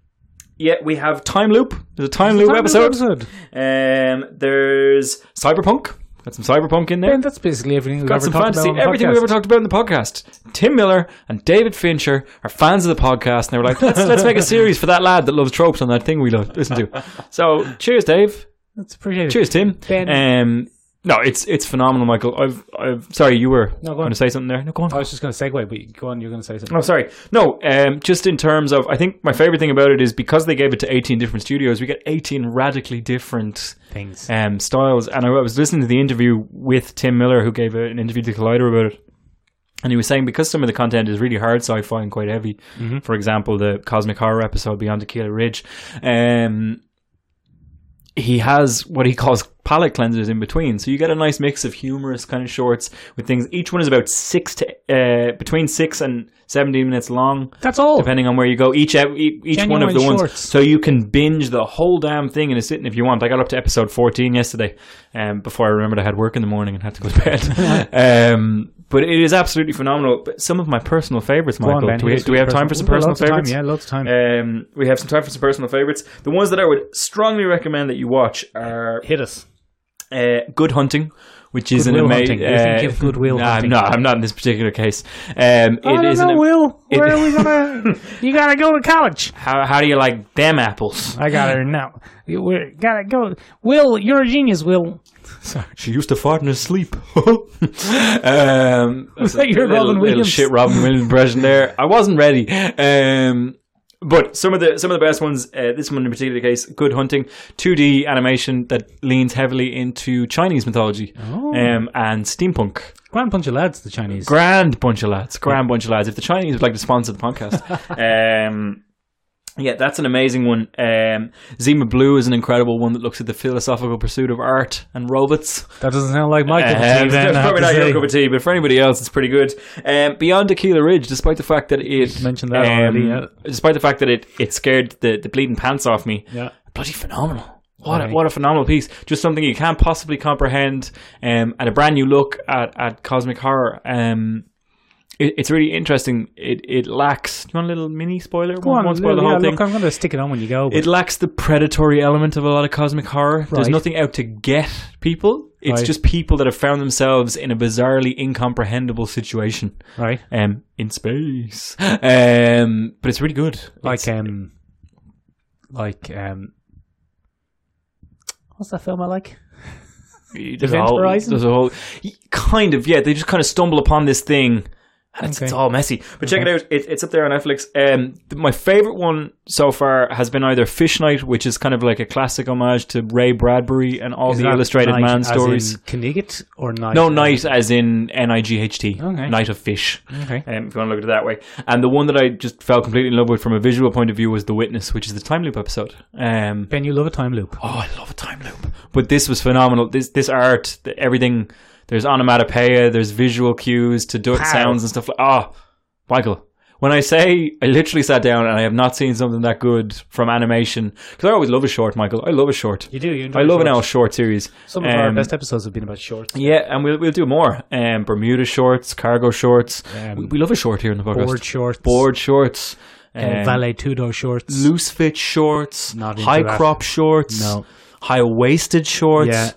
S2: yeah, we have Time Loop. There's a Time, Loop
S1: Time
S2: episode.
S1: episode.
S2: Um, there's Cyberpunk. Got some Cyberpunk in there.
S1: Ben, that's basically everything we've
S2: Got
S1: ever
S2: some
S1: talked
S2: fantasy.
S1: about. on the
S2: Everything
S1: podcast.
S2: we ever talked about in the podcast. Tim Miller and David Fincher are fans of the podcast, and they were like, "Let's let's make a series for that lad that loves tropes on that thing we love listen to." So, cheers, Dave.
S1: That's appreciated.
S2: Cheers, Tim.
S1: Ben.
S2: Um, No, it's it's phenomenal, Michael. I've I've sorry, you were
S1: No, go on. Uh,
S2: going to say something there. No, go on.
S1: I was just going to segue, but you- go on. You're going to say something.
S2: Oh, sorry. No, um, just in terms of, I think my favorite thing about it is because they gave it to 18 different studios, we get 18 radically different
S1: Things.
S2: um, styles. And I was listening to the interview with Tim Miller, who gave a- an interview to Collider about it. And he was saying because some of the content is really hard sci fi and quite heavy, for example, the Cosmic Horror episode Beyond Tequila Ridge, um, he has what he calls palette cleansers in between. So you get a nice mix of humorous kind of shorts with things. Each one is about six to, uh, between six and 17 minutes long
S1: That's all.
S2: depending on where you go. Each ep- e- each one of
S1: Oh. Genuine
S2: the ones,
S1: shorts.
S2: so you can binge the whole damn thing in a sitting if you want. I got up to episode fourteen yesterday, um, before I remembered I had work in the morning and had to go to bed. um, but it is absolutely phenomenal. But some of my personal favorites,
S1: Go on,
S2: Michael.
S1: Ben.
S2: do we,
S1: Here's
S2: do we have
S1: personal-
S2: time for some
S1: Ooh,
S2: personal
S1: lots of time,
S2: favorites?
S1: Yeah, lots of time.
S2: Um, we have some time for some personal favorites. The ones that I would strongly recommend that you watch are
S1: Hit us.
S2: uh, Good Hunting, which is
S1: Goodwill
S2: an
S1: Hunting.
S2: amazing.
S1: You think of Goodwill Hunting.
S2: No, I'm not in this particular case. Um, it
S1: I don't
S2: is an
S1: know,
S2: am-
S1: Will.
S2: it-
S1: Where are we gonna? you gotta go to college.
S2: how, how do you like them apples?
S1: I got her now. You- We gotta go. Will, you're a genius. Will.
S2: She used to fart in her sleep. um, that's
S1: like your
S2: little-
S1: Robin
S2: little
S1: Williams.
S2: shit Robin Williams impression there. I wasn't ready. Um, but some of the some of the best ones. Uh, this one in particular case, Good Hunting, 2D animation that leans heavily into Chinese mythology
S1: Oh.
S2: um, and steampunk.
S1: Grand bunch of lads, the Chinese.
S2: Grand bunch of lads. Grand bunch of lads. If the Chinese would like to sponsor the podcast. um, yeah, that's an amazing one. Um, Zima Blue is an incredible one that looks at the philosophical pursuit of art and robots.
S1: that doesn't sound like my cup of
S2: Uh,
S1: tea, then,
S2: that's
S1: I have
S2: probably
S1: to
S2: not your
S1: say.
S2: cup of tea, but for anybody else, it's pretty good. Um, Beyond Aquila Ridge, despite the fact that it um,
S1: mentioned that already, yeah.
S2: despite the fact that it, it scared the, the bleeding pants off me,
S1: Yeah.
S2: bloody phenomenal. What
S1: Right.
S2: a, what a phenomenal piece! Just something you can't possibly comprehend, um, and a brand new look at, at cosmic horror. Um, it, it's really interesting. It it lacks. Do you want a little mini spoiler?
S1: Go on,
S2: Won't spoil the
S1: yeah,
S2: whole thing.
S1: look, I'm going to stick it on when you go. but-
S2: It lacks the predatory element of a lot of cosmic horror. There's
S1: Right.
S2: nothing out to get people. It's
S1: Right.
S2: just people that have found themselves in a bizarrely incomprehensible situation
S1: right.
S2: um, in space. Um, but it's really good.
S1: Like, um, like, um, what's that film I like?
S2: Event
S1: Event Horizon?
S2: There's a whole kind of yeah. They just kind of stumble upon this thing. And it's,
S1: Okay.
S2: it's all messy, but check
S1: Okay.
S2: it out. It, it's up there on Netflix. Um, th- my favorite one so far has been either Fish Night, which is kind of like a classic homage to Ray Bradbury and all
S1: Is
S2: the
S1: that
S2: Illustrated
S1: Night
S2: Man
S1: as
S2: stories.
S1: in Knigget or Night?
S2: No,
S1: as-
S2: night as in N I G H T.
S1: Okay.
S2: Night of Fish.
S1: Okay.
S2: Um, if you want to look at it that way. And the one that I just fell completely in love with from a visual point of view was The Witness, which is the time loop episode. Um,
S1: Ben, you love a time loop.
S2: oh, I love a time loop. But this was phenomenal. This this art, the, everything. There's onomatopoeia. There's visual cues to do
S1: Pow.
S2: sounds and stuff. like Oh, Michael. When I say I literally sat down and I have not seen something that good from animation because I always love a short, Michael. I love a short.
S1: You do. You enjoy
S2: I love an
S1: shorts.
S2: L short series.
S1: Some of our
S2: Um,
S1: best episodes have been about shorts.
S2: yeah, and we'll we'll do more. Um, Bermuda shorts, cargo shorts.
S1: Um,
S2: we, we love a short here in the podcast.
S1: Board shorts.
S2: Board shorts.
S1: Uh,
S2: um,
S1: valet Tudor shorts.
S2: loose fit shorts.
S1: Not into
S2: high
S1: that.
S2: crop shorts.
S1: No.
S2: High waisted shorts.
S1: Yeah.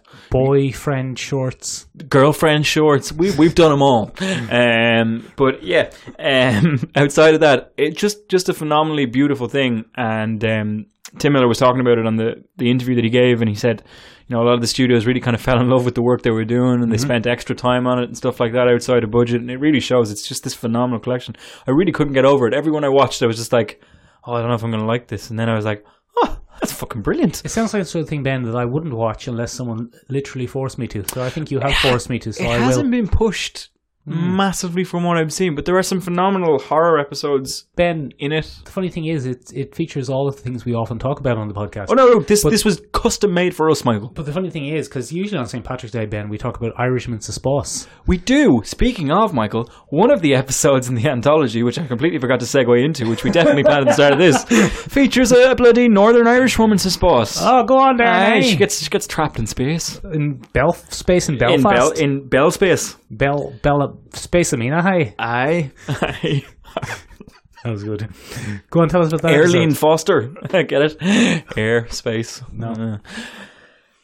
S1: Boyfriend shorts.
S2: Girlfriend shorts. We we've done them all. um, but yeah. Um, outside of that, it just just a phenomenally beautiful thing. And um, Tim Miller was talking about it on the the interview that he gave, and he said. You know, a lot of the studios really kind of fell in love with the work they were doing, and they spent extra time on it and stuff like that outside of budget. And it really shows. It's just this phenomenal collection. I really couldn't get over it. Everyone I watched, I was just like, "Oh, I don't know if I'm going to like this," and then I was like, "Oh, that's fucking brilliant."
S1: It sounds like the sort of thing, Ben, that I wouldn't watch unless someone literally forced me to. So I think you have forced me to. So
S2: it
S1: I
S2: hasn't
S1: will.
S2: been pushed Hmm. massively from what I've seen, but there are some phenomenal horror episodes
S1: Ben,
S2: in it.
S1: the funny thing is, it it features all of the things we often talk about on the podcast.
S2: Oh no, no this this was custom made for us, Michael.
S1: But the funny thing is, because usually on St. Patrick's Day, Ben, we talk about Irishman Suspense.
S2: We do. Speaking of Michael, one of the episodes in the anthology, which I completely forgot to segue into, which we definitely planned at the start of this, features a bloody Northern Irish woman's boss.
S1: Oh, go on there,
S2: Aye,
S1: eh?
S2: she gets she gets trapped in space
S1: in Belf space in
S2: in Bell
S1: Belfast.
S2: in Bell space.
S1: Bell Bella space. I mean, hi.
S2: Aye, aye.
S1: That was good. Go on, tell us about that.
S2: Airline
S1: episode.
S2: Foster. Get it? Air, space.
S1: No.
S2: Uh.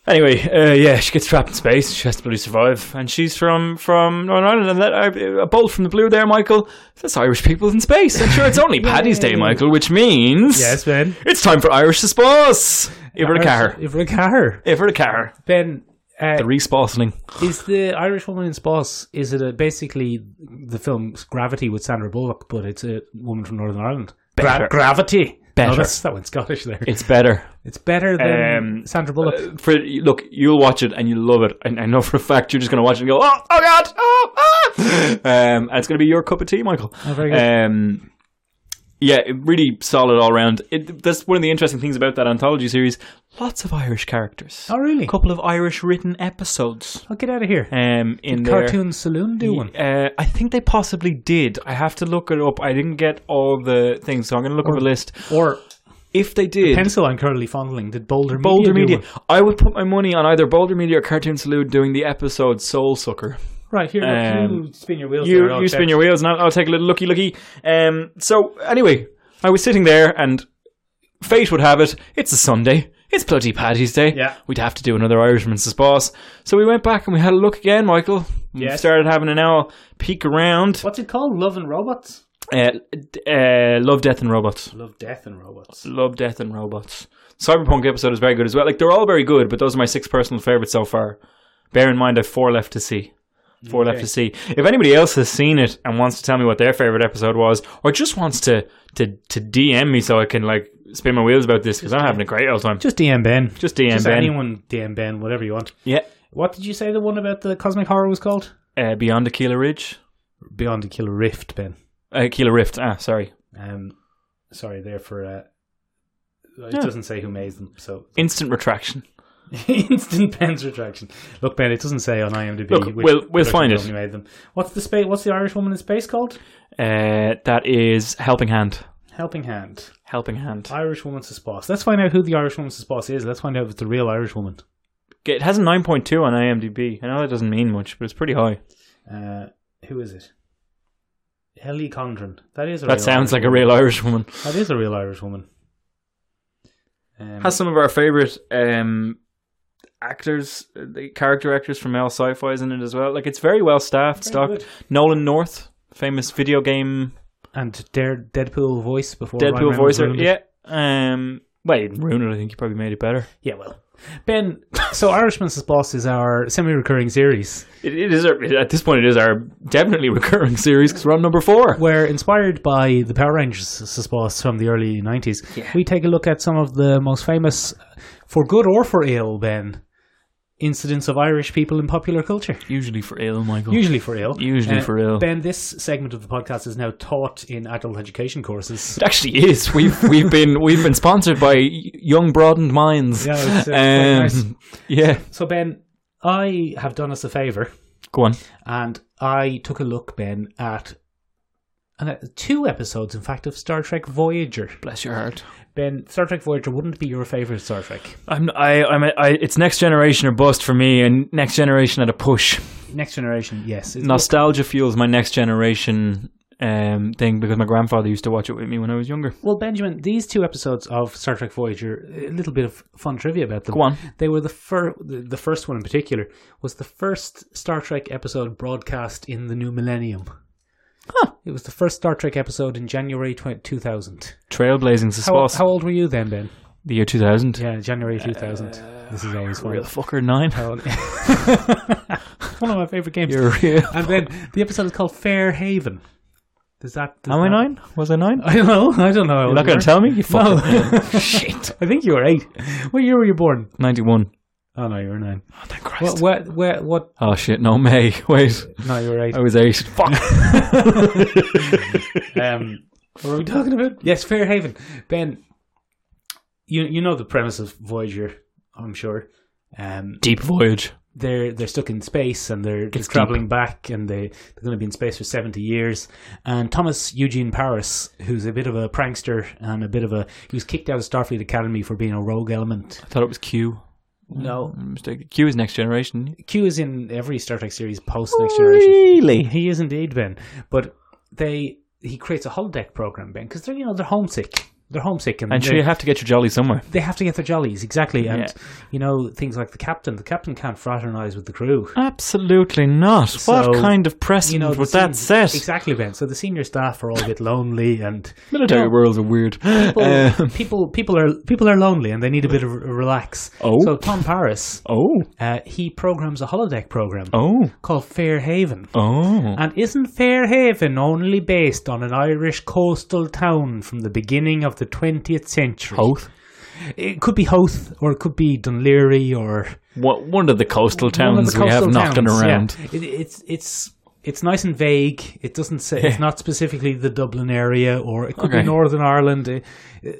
S2: Anyway, uh, yeah, she gets trapped in space. She has to bloody survive, and she's from from Northern Ireland. And that uh, a bolt from the blue there, Michael. That's Irish people in space. I'm sure it's only Paddy's Day, Michael, which means
S1: Yes, Ben.
S2: it's time for Irish to space. Iver the car,
S1: If we're a car.
S2: Iver the car.
S1: Ben, Uh,
S2: The respawning.
S1: is the Irish woman in Sposs? Is it a, basically the film Gravity with Sandra Bullock, but it's a woman from Northern Ireland?
S2: Better.
S1: gravity.
S2: Better.
S1: No, that's, that went Scottish there.
S2: It's better.
S1: It's better than
S2: Um,
S1: Sandra Bullock.
S2: For look, you'll watch it and you'll love it. And I know for a fact you're just going to watch it and go, oh, oh god, oh, ah! Um, and it's going to be your cup of tea, Michael.
S1: Oh, very good.
S2: Um, yeah, it really solid all round. It, that's one of the interesting things about that anthology series. Lots of Irish characters.
S1: oh, really?
S2: A couple of Irish written episodes.
S1: I'll get out of here.
S2: Um, in there.
S1: Cartoon Saloon do one.
S2: Uh, I think they possibly did. I have to look it up. I didn't get all the things, so I'm going to look up a list.
S1: Or
S2: If they did,
S1: Pencil I'm currently fondling. Did Boulder Media
S2: Boulder
S1: do
S2: Media.
S1: one?
S2: I would put my money on either Boulder Media or Cartoon Salute doing the episode Soul Sucker.
S1: Right, here,
S2: Um,
S1: you spin your wheels. there,
S2: You
S1: I'll
S2: you
S1: check.
S2: spin your wheels, and I'll, I'll take a little looky looky. Um. So anyway, I was sitting there, and fate would have it, it's a Sunday. It's bloody Paddy's Day.
S1: Yeah.
S2: We'd have to do another Irishman's as boss. So we went back and we had a look again, Michael. We
S1: Yes.
S2: started having an hour peek around.
S1: What's it called? Love and Robots?
S2: Uh, d- uh, Love, Death, and Robots.
S1: Love, Death and Robots.
S2: Love, Death, and Robots. Cyberpunk episode is very good as well. Like they're all very good, but those are my six personal favorites so far. Bear in mind, I've four left to see. Four left
S1: Okay.
S2: to see. If anybody else has seen it and wants to tell me what their favorite episode was, or just wants to to to DM me so I can like spin my wheels about this because I'm having a great old time.
S1: Just DM Ben.
S2: Just DM
S1: Just
S2: Ben.
S1: anyone DM Ben, whatever you want.
S2: Yeah.
S1: What did you say the one about the cosmic horror was called?
S2: Uh, Beyond the Keeler Ridge,
S1: Beyond the Killer Rift, Ben.
S2: uh, Keeler Rift. Ah, sorry.
S1: Um, sorry, there for uh, it doesn't say who made them. So
S2: Instant retraction.
S1: instant Ben's retraction. Look, Ben, it doesn't say on IMDb.
S2: Look, we'll- we'll
S1: production
S2: find it.
S1: company Made them. What's the space? What's the Irish woman in space called?
S2: Uh, that is helping hand.
S1: Helping Hand.
S2: Helping hand.
S1: Irish woman sus boss. Let's find out who the Irish woman sus boss is. Let's find out if it's the real Irish woman.
S2: It has a 9.2 on IMDb. I know that doesn't mean much, but it's pretty high.
S1: Uh, who is it? Ellie Condren. That is. A
S2: That
S1: real Irish
S2: sounds like a
S1: woman.
S2: real Irish woman.
S1: That is a real Irish woman. Um,
S2: Has some of our favorite um, actors, uh, the character actors from L Sci-Fi's in it as well. Like it's very well staffed,
S1: Very
S2: stocked.
S1: good.
S2: Nolan North, famous video game
S1: and Dare Deadpool voice before Ryan
S2: Deadpool
S1: Reynolds
S2: voicer.
S1: ruined it.
S2: Yeah. Um, well, he didn't ruin it. I think he probably made it better.
S1: Yeah, well, Ben. So, Irishman's His Boss is our semi-recurring series,
S2: It, it is our, at this point. It is our definitely recurring series because we're on number four.
S1: where inspired by the Power Rangers His Boss from the early '90s, we take a look at some of the most famous, for good or for ill, Ben, incidents of Irish people in popular culture.
S2: Usually for ill, Michael.
S1: Usually for ill. Uh,
S2: Usually for ill.
S1: Ben, this segment of the podcast is now taught in adult education courses.
S2: It actually is. We've we've been we've been sponsored by Young Broadened Minds.
S1: Yeah, it's, uh, quite
S2: Um,
S1: nice.
S2: yeah.
S1: So, Ben, I have done us a favour.
S2: Go on.
S1: and I took a look, Ben, at and, uh, two episodes, in fact, of Star Trek Voyager.
S2: Bless your heart.
S1: Ben, Star Trek Voyager wouldn't be your favourite Star Trek.
S2: I'm I I'm a, I, it's next generation or bust for me, and next generation at a push.
S1: Next Generation, yes. It's-
S2: Nostalgia fuels my next generation um thing because my grandfather used to watch it with me when I was younger.
S1: well, Benjamin, these two episodes of Star Trek Voyager, a little bit of fun trivia about them.
S2: Go on.
S1: They were the fir- the the first one in particular was the first Star Trek episode broadcast in the new millennium.
S2: Huh.
S1: It was the first Star Trek episode in January 20- 2000.
S2: Trailblazing
S1: How,
S2: suspense.
S1: how old were you then, Ben?
S2: the year 2000.
S1: Yeah, January 2000.
S2: Uh,
S1: this is always fun.
S2: Real fucker nine.
S1: One of my favorite games.
S2: You're real.
S1: and then the episode is called Fair Haven. Does that? Does
S2: Am I
S1: that-
S2: nine? Was I nine?
S1: I don't know. I don't know.
S2: You're not going to tell me. You fucker.
S1: Shit. I think you were eight. What year were you born?
S2: Ninety-one.
S1: Oh no, you were nine.
S2: Oh, thank Christ.
S1: What? What? What? what
S2: oh shit! No, May. Wait.
S1: no, you were eight.
S2: I was eight. Fuck.
S1: Um, what were we talking about? Yes, Fair Haven. Ben, you you know the premise of Voyager, I'm sure. Um,
S2: Deep voyage.
S1: they're they're stuck in space and they're, they're
S2: deep.
S1: traveling back and they they're going to be in space for 70 years and Thomas Eugene Paris who's a bit of a prankster and a bit of a he was kicked out of Starfleet Academy for being a rogue element
S2: I thought it was Q.
S1: no
S2: Mistake. Q is next generation.
S1: Q is in every Star Trek series post Next Generation
S2: Really?
S1: he is indeed Ben but they he creates a holodeck program Ben because they're you know they're homesick they're homesick and,
S2: And sure,
S1: they-
S2: you have to get your jolly somewhere.
S1: they have to get their jollies exactly, and
S2: Yeah.
S1: you know things like the captain. The captain can't fraternize with the crew.
S2: Absolutely not.
S1: So,
S2: what kind of precedent
S1: You know, the
S2: would that
S1: sen-
S2: set?
S1: exactly, Ben. So the senior staff are all a bit lonely, and
S2: Military worlds are weird.
S1: people,
S2: Um,
S1: people, people are people are lonely, and they need a bit of a relax.
S2: Oh.
S1: so Tom Paris,
S2: oh,
S1: uh, he programs a holodeck program
S2: oh,
S1: called Fair Haven.
S2: oh.
S1: And isn't Fairhaven only based on an Irish coastal town from the beginning of the 20th century?
S2: Hoth.
S1: It could be Hoth, or it could be Dunleary, or
S2: What, one of the coastal
S1: one of the
S2: towns we have
S1: coastal
S2: knocking
S1: towns, yeah.
S2: around.
S1: It, it's it's it's nice and vague. It doesn't say it's not specifically the Dublin area, or it could
S2: Okay.
S1: be Northern Ireland. Uh, uh,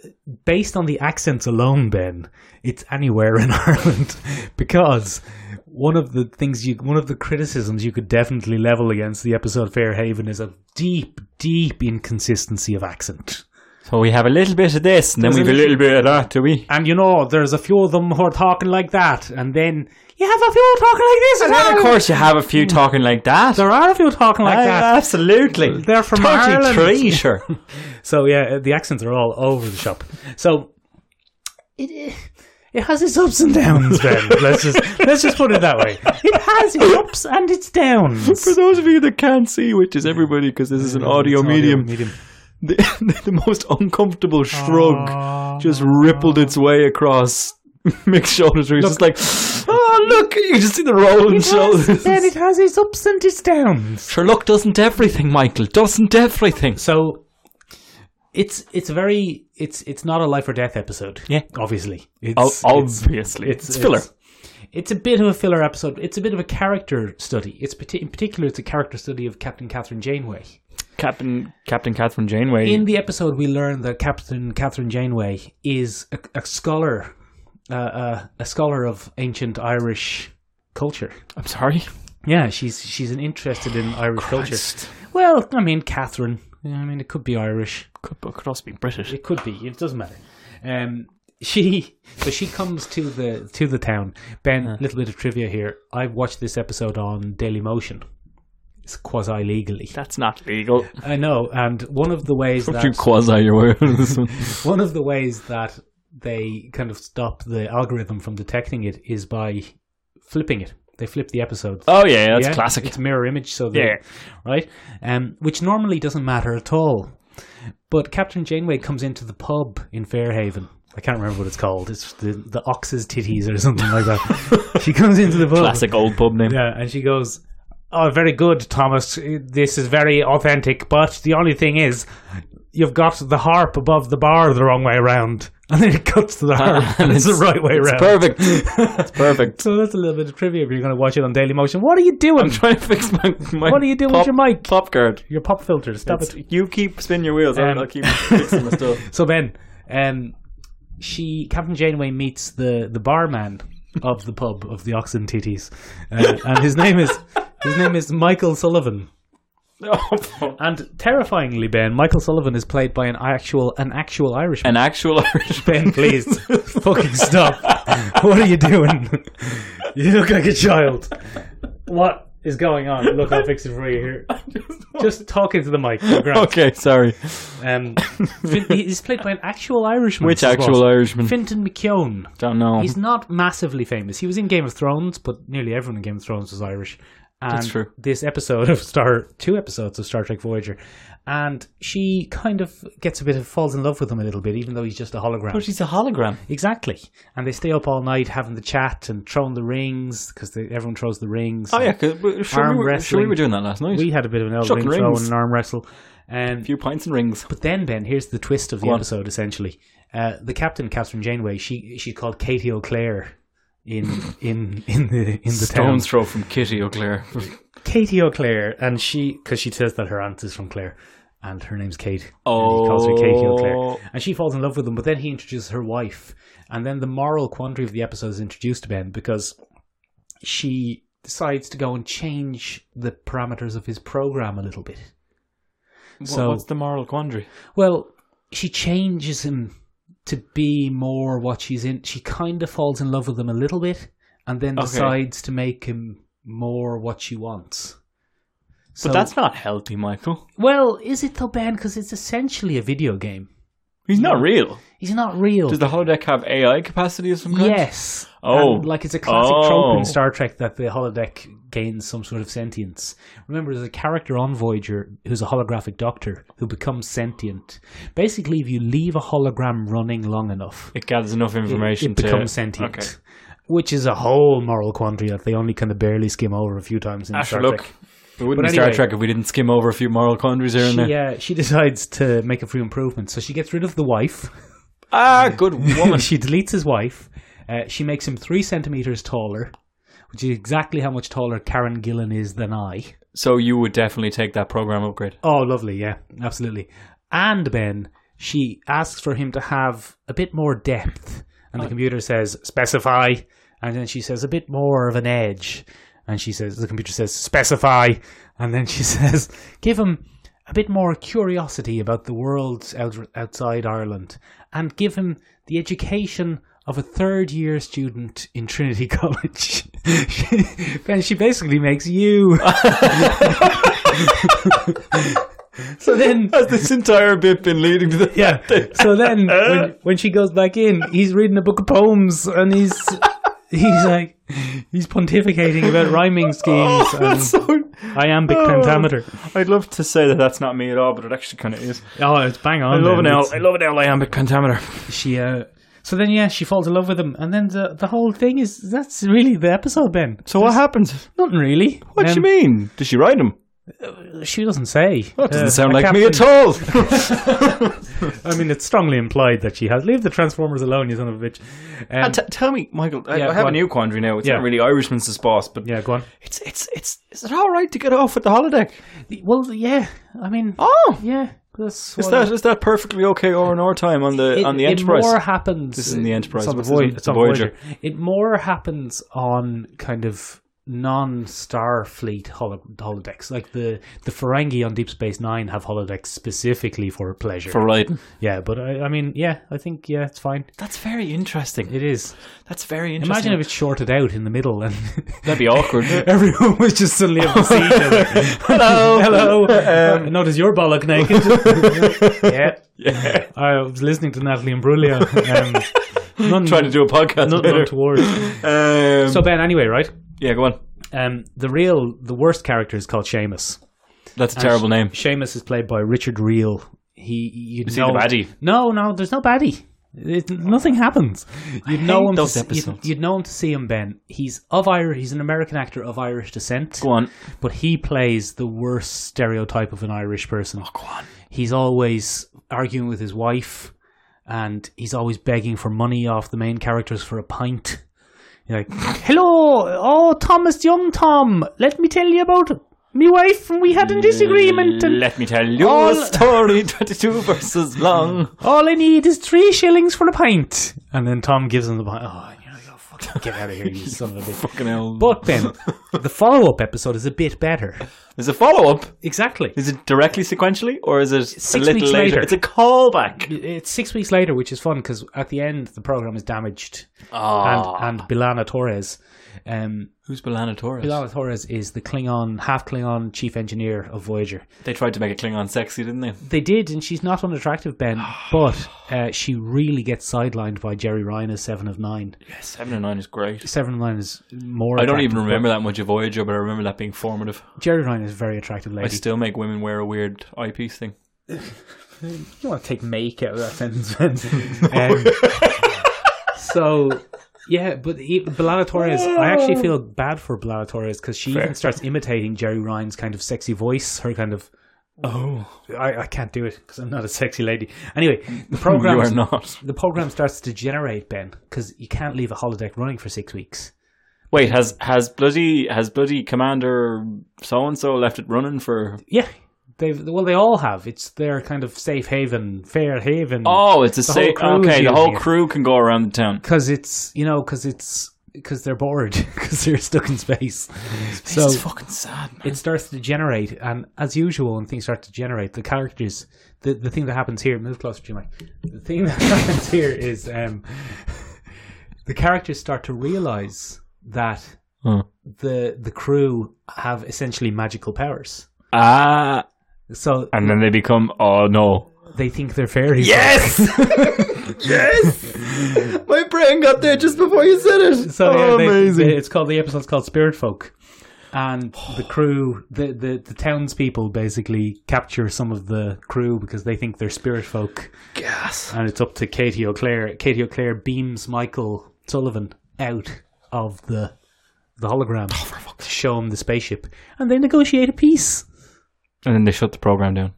S1: Based on the accents alone, Ben, it's anywhere in Ireland because one of the things you one of the criticisms you could definitely level against the episode Fairhaven is a deep, deep inconsistency of accent.
S2: So we have a little bit of this, and then
S1: There's
S2: we
S1: a
S2: have a little bit of that, do we?
S1: And you know, there's a few of them who are talking like that, and then you have a few talking like this. as
S2: And then,
S1: well.
S2: of course, you have a few talking like that.
S1: there are a few talking like
S2: Ah,
S1: that.
S2: Absolutely.
S1: They're from
S2: 33,
S1: Ireland.
S2: sure.
S1: So yeah, uh, the accents are all over the shop. So it it has its ups and downs. Then let's just let's just put it that way. It has its ups and its downs.
S2: For those of you that can't see, which is everybody, because this is an audio
S1: It's an
S2: medium, The, the most uncomfortable shrug just rippled its way across Mick's shoulders. Where he's just like, "Oh, look!" You just see the rolling
S1: It has, then
S2: shoulders.
S1: it has its ups and its downs.
S2: Sherlock doesn't everything, Michael. Doesn't everything.
S1: So it's it's very it's it's not a life or death episode.
S2: Yeah.
S1: obviously. It's,
S2: O-
S1: it's-
S2: obviously, it's, filler.
S1: It's, it's a bit of a filler episode. It's a bit of a character study. It's parti- in particular, it's a character study of Captain Catherine Janeway.
S2: Captain Captain Catherine Janeway.
S1: In the episode, we learn that Captain Catherine Janeway is a, a scholar, uh, uh, a scholar of ancient Irish culture.
S2: I'm sorry.
S1: Yeah, she's she's an interested in Irish culture. Well, I mean, Catherine. Yeah, I mean, it could be Irish.
S2: Could, but could also be British.
S1: It could be. It doesn't matter. Um, she so she comes to the to the town. Ben, a little bit of trivia here. I watched this episode on Daily Motion. It's quasi legally.
S2: That's not legal.
S1: I know, and one of the ways that
S2: You quasi your way out of this one.
S1: one of the ways that they kind of stop the algorithm from detecting it is by flipping it. They flip the episode.
S2: Oh yeah, that's
S1: Yeah,
S2: classic.
S1: It's mirror image, so they,
S2: Yeah.
S1: right, um, which normally doesn't matter at all. But Captain Janeway comes into the pub in Fairhaven. I can't remember what it's called. It's the the Ox's Titties or something like that. she comes into the pub.
S2: classic old pub name.
S1: Yeah, and she goes, "Oh, very good, Thomas. This is very authentic. But the only thing is, you've got the harp above the bar the wrong way around, and then it cuts to the harp, and it's, the right way
S2: It's
S1: around."
S2: perfect. it's perfect.
S1: So that's a little bit of trivia. If you're going to watch it on Daily Motion, what are you doing?
S2: I'm trying to fix my, my
S1: What are you doing with
S2: pop,
S1: your mic?
S2: Pop card.
S1: Your pop filters. Stop
S2: It's-
S1: it.
S2: You keep spinning your wheels.
S1: Um,
S2: I'll keep fixing my stuff.
S1: So Ben, um, she Captain Janeway meets the the barman of the pub of the Oxen Titties, uh, and his name is his name is Michael Sullivan. Oh, And terrifyingly, Ben, Michael Sullivan is played by an actual an actual Irishman.
S2: An actual Irish
S1: ben, please, fucking stop! what are you doing? you look like a child. What is going on? Look, I'll fix it for you here. Just talk into the mic. you're grand.
S2: Okay, sorry.
S1: Um, Fin- he's played by an actual Irishman.
S2: Which
S1: this is
S2: actual
S1: what.
S2: Irishman?
S1: Fintan McKeown.
S2: Don't know.
S1: He's not massively famous. He was in Game of Thrones, but nearly everyone in Game of Thrones was Irish. And
S2: That's true.
S1: This episode of Star, two episodes of Star Trek Voyager, and she kind of gets a bit of falls in love with him a little bit, even though he's just a hologram.
S2: But he's a hologram.
S1: exactly. And they stay up all night having the chat and throwing the rings because everyone throws the rings.
S2: Oh yeah, because sure,
S1: Arm
S2: we were- sure we
S1: wrestling.
S2: were doing that last night.
S1: we had a bit of an elbow
S2: Chucking
S1: ring throw
S2: rings.
S1: and an arm wrestle. Um,
S2: a few pints and rings.
S1: but then, Ben, here's the twist of the
S2: Go on.
S1: episode. Essentially, uh, the captain, Catherine Janeway, she she's called Katie O'Clair in in in the in the town.
S2: Stone's throw from Kitty O'Clair.
S1: Katie O'Clair, and she because she says that her aunt is from Clare, and her name's Kate. and
S2: Oh.
S1: he calls her Katie O'Clair, and she falls in love with him. But then he introduces her wife, and then the moral quandary of the episode is introduced to Ben because she decides to go and change the parameters of his program a little bit. So-
S2: so what's the moral quandary?
S1: Well, she changes him to be more what she's in. She kind of falls in love with him a little bit, and then
S2: Okay.
S1: decides to make him more what she wants. So
S2: but that's not healthy, Michael.
S1: well, is it though, Ben? Because it's essentially a video game.
S2: He's not real.
S1: He's not real.
S2: Does the holodeck have AI capacity of some kind?
S1: Yes.
S2: Oh.
S1: And, like it's a classic trope
S2: Oh.
S1: in Star Trek that the holodeck gains some sort of sentience. Remember, there's a character on Voyager who's a holographic doctor who becomes sentient. Basically, if you leave a hologram running long enough,
S2: It gathers enough
S1: it-
S2: information
S1: it
S2: to
S1: becomes sentient.
S2: Okay.
S1: Which is a whole moral quandary that they only kind of barely skim over a few times in
S2: Asher,
S1: Star
S2: look.
S1: Trek.
S2: We wouldn't
S1: But
S2: be Star
S1: anyway.
S2: Trek if we didn't skim over a few moral quandaries here and there.
S1: She, uh, she decides to make a few improvements. So she gets rid of the wife.
S2: Ah, good woman.
S1: she deletes his wife. Uh, she makes him three centimeters taller, which is exactly how much taller Karen Gillan is than I.
S2: so you would definitely take that program upgrade.
S1: Oh, lovely. Yeah, absolutely. And Ben, she asks for him to have a bit more depth. And the computer says, specify. And then she says, a bit more of an edge. And she says, the computer says, specify. And then she says, give him a bit more curiosity about the world out- outside Ireland. And give him the education of a third year student in Trinity College. ben, she basically makes you. so then.
S2: Has this entire bit been leading to the
S1: Yeah. So then, when, when she goes back in, he's reading a book of poems and he's he's like he's pontificating about
S2: Oh,
S1: rhyming schemes and iambic pentameter.
S2: um, I'd love to say that that's not me at all, but it actually kind of is.
S1: Oh, it's bang on.
S2: I love
S1: then.
S2: an L.
S1: It's-
S2: I love an L iambic pentameter.
S1: She. Uh, so then, yeah, she falls in love with him, and then the the whole thing is that's really the episode. Ben,
S2: So what happens?
S1: nothing really.
S2: What do you mean? Does she ride him?
S1: mean? Um, She doesn't say.
S2: That doesn't
S1: Uh,
S2: sound
S1: I
S2: like
S1: can't
S2: me at
S1: think-
S2: all.
S1: I mean, it's strongly implied that she has. Leave the Transformers alone, you son of a bitch. Um,
S2: T- tell me, Michael. I,
S1: Yeah,
S2: I have
S1: go
S2: a
S1: on.
S2: new quandary now. It's
S1: Yeah.
S2: not really Irishman's the boss, but
S1: yeah, go on.
S2: it's it's it's is it all right to get off with the holodeck?
S1: Well, yeah. I mean,
S2: Oh,
S1: yeah. That's
S2: is
S1: what
S2: that is that perfectly okay or an hour time on the
S1: it,
S2: on the
S1: it
S2: Enterprise?
S1: more happens.
S2: This isn't the Enterprise,
S1: It's on, the
S2: this isn't
S1: Voy- it's on
S2: Voyager.
S1: Voyager. It more happens on kind of non-Starfleet holo- holodecks. Like the the Ferengi on Deep Space Nine have holodecks specifically for pleasure.
S2: for right.
S1: yeah, but I, I mean, yeah, I think yeah, it's fine.
S2: That's very interesting.
S1: It is.
S2: That's very interesting.
S1: Imagine if it's shorted out in the middle and
S2: that'd be awkward.
S1: everyone was just suddenly able to see each other.
S2: Hello,
S1: Hello. Um, Notice your bollock naked. yeah.
S2: Yeah.
S1: I was listening to Natalie Imbruglia. Um, none,
S2: Trying to do a podcast.
S1: none,
S2: later.
S1: none towards.
S2: Um,
S1: So Ben, anyway, right?
S2: yeah, go on.
S1: Um, the real, the worst character is called Seamus.
S2: That's a terrible name.
S1: Seamus is played by Richard Reel. He, you'd
S2: he the
S1: know
S2: baddie?
S1: No, no, there's no baddie. It, nothing happens. You'd know
S2: hate
S1: him.
S2: those
S1: to, s- you'd,
S2: episodes.
S1: you'd know him to see him. Ben. He's of Irish. He's an American actor of Irish descent,
S2: Go on.
S1: but he plays the worst stereotype of an Irish person.
S2: Oh, Go on.
S1: He's always arguing with his wife, and he's always begging for money off the main characters for a pint. You're like, hello, oh Thomas Young Tom, let me tell you about me wife, and we had a disagreement, and
S2: Uh, Let me tell you
S1: All-
S2: a story 22 verses long.
S1: all I need is three shillings for the pint. And then Tom gives him the pint. Oh, you know, you're fucking get out of here, you son of a bitch.
S2: Fucking hell.
S1: But then, the follow up episode is a bit better.
S2: There's a follow up.
S1: Exactly.
S2: Is it directly sequentially or is it a
S1: Six
S2: little
S1: weeks
S2: later?
S1: later.
S2: It's a callback.
S1: It's six weeks later, which is fun because at the end, the program is damaged. and
S2: Ah.
S1: and Bilana Torres. Um,
S2: Who's Belana Torres?
S1: Bilana Torres is the Klingon, half Klingon chief engineer of Voyager.
S2: They tried to make a Klingon sexy, didn't they?
S1: They did, and she's not unattractive, Ben, but uh, she really gets sidelined by Jerry Ryan as Seven of Nine.
S2: Yes, 7 and 9 is great.
S1: Seven of Nine is more.
S2: I don't
S1: attractive,
S2: even remember that much of Voyager, but I remember that being formative.
S1: but Jerry Ryan is a very attractive
S2: I
S1: lady.
S2: still make women wear a weird eyepiece thing.
S1: you want to take make out of that sentence, Ben. um, so. Yeah, but e- Belana Torres, I actually feel bad for Belana Torres because she even starts imitating Jerry Ryan's kind of sexy voice, her kind of
S2: Oh,
S1: I, I can't do it because I'm not a sexy lady. Anyway, the
S2: you are
S1: program
S2: not.
S1: the program starts to degenerate, Ben, because you can't leave a holodeck running for six weeks.
S2: Wait, has has bloody has bloody Commander so and so left it running for?
S1: Yeah, they well they all have. It's their kind of safe haven, fair haven.
S2: Oh, it's a
S1: whole
S2: safe.
S1: crew is
S2: Okay, the whole
S1: using it.
S2: crew can go around the town.
S1: because it's you know because it's because they're bored because they're stuck in space.
S2: Oh.
S1: So
S2: fucking sad. Man.
S1: it starts to generate, and as usual, when things start to generate, the characters, the, the thing that happens here, move closer to your mic. The thing that happens here is um, the characters start to realize that
S2: Hmm.
S1: the the crew have essentially magical powers.
S2: Ah,
S1: So
S2: and then they become. Oh no,
S1: they think they're fairies.
S2: Yes! yes! My brain got there just before you said it.
S1: So yeah,
S2: oh,
S1: they-
S2: amazing.
S1: they- it's called the episode's called Spirit Folk, and the crew, the, the the townspeople, basically capture some of the crew because they think they're spirit folk,
S2: Gas.
S1: and it's up to Katie O'Clair. Katie O'Clair beams Michael Sullivan out of the the hologram
S2: Oh,
S1: to show him the spaceship, and they negotiate a peace.
S2: And then they shut the program down.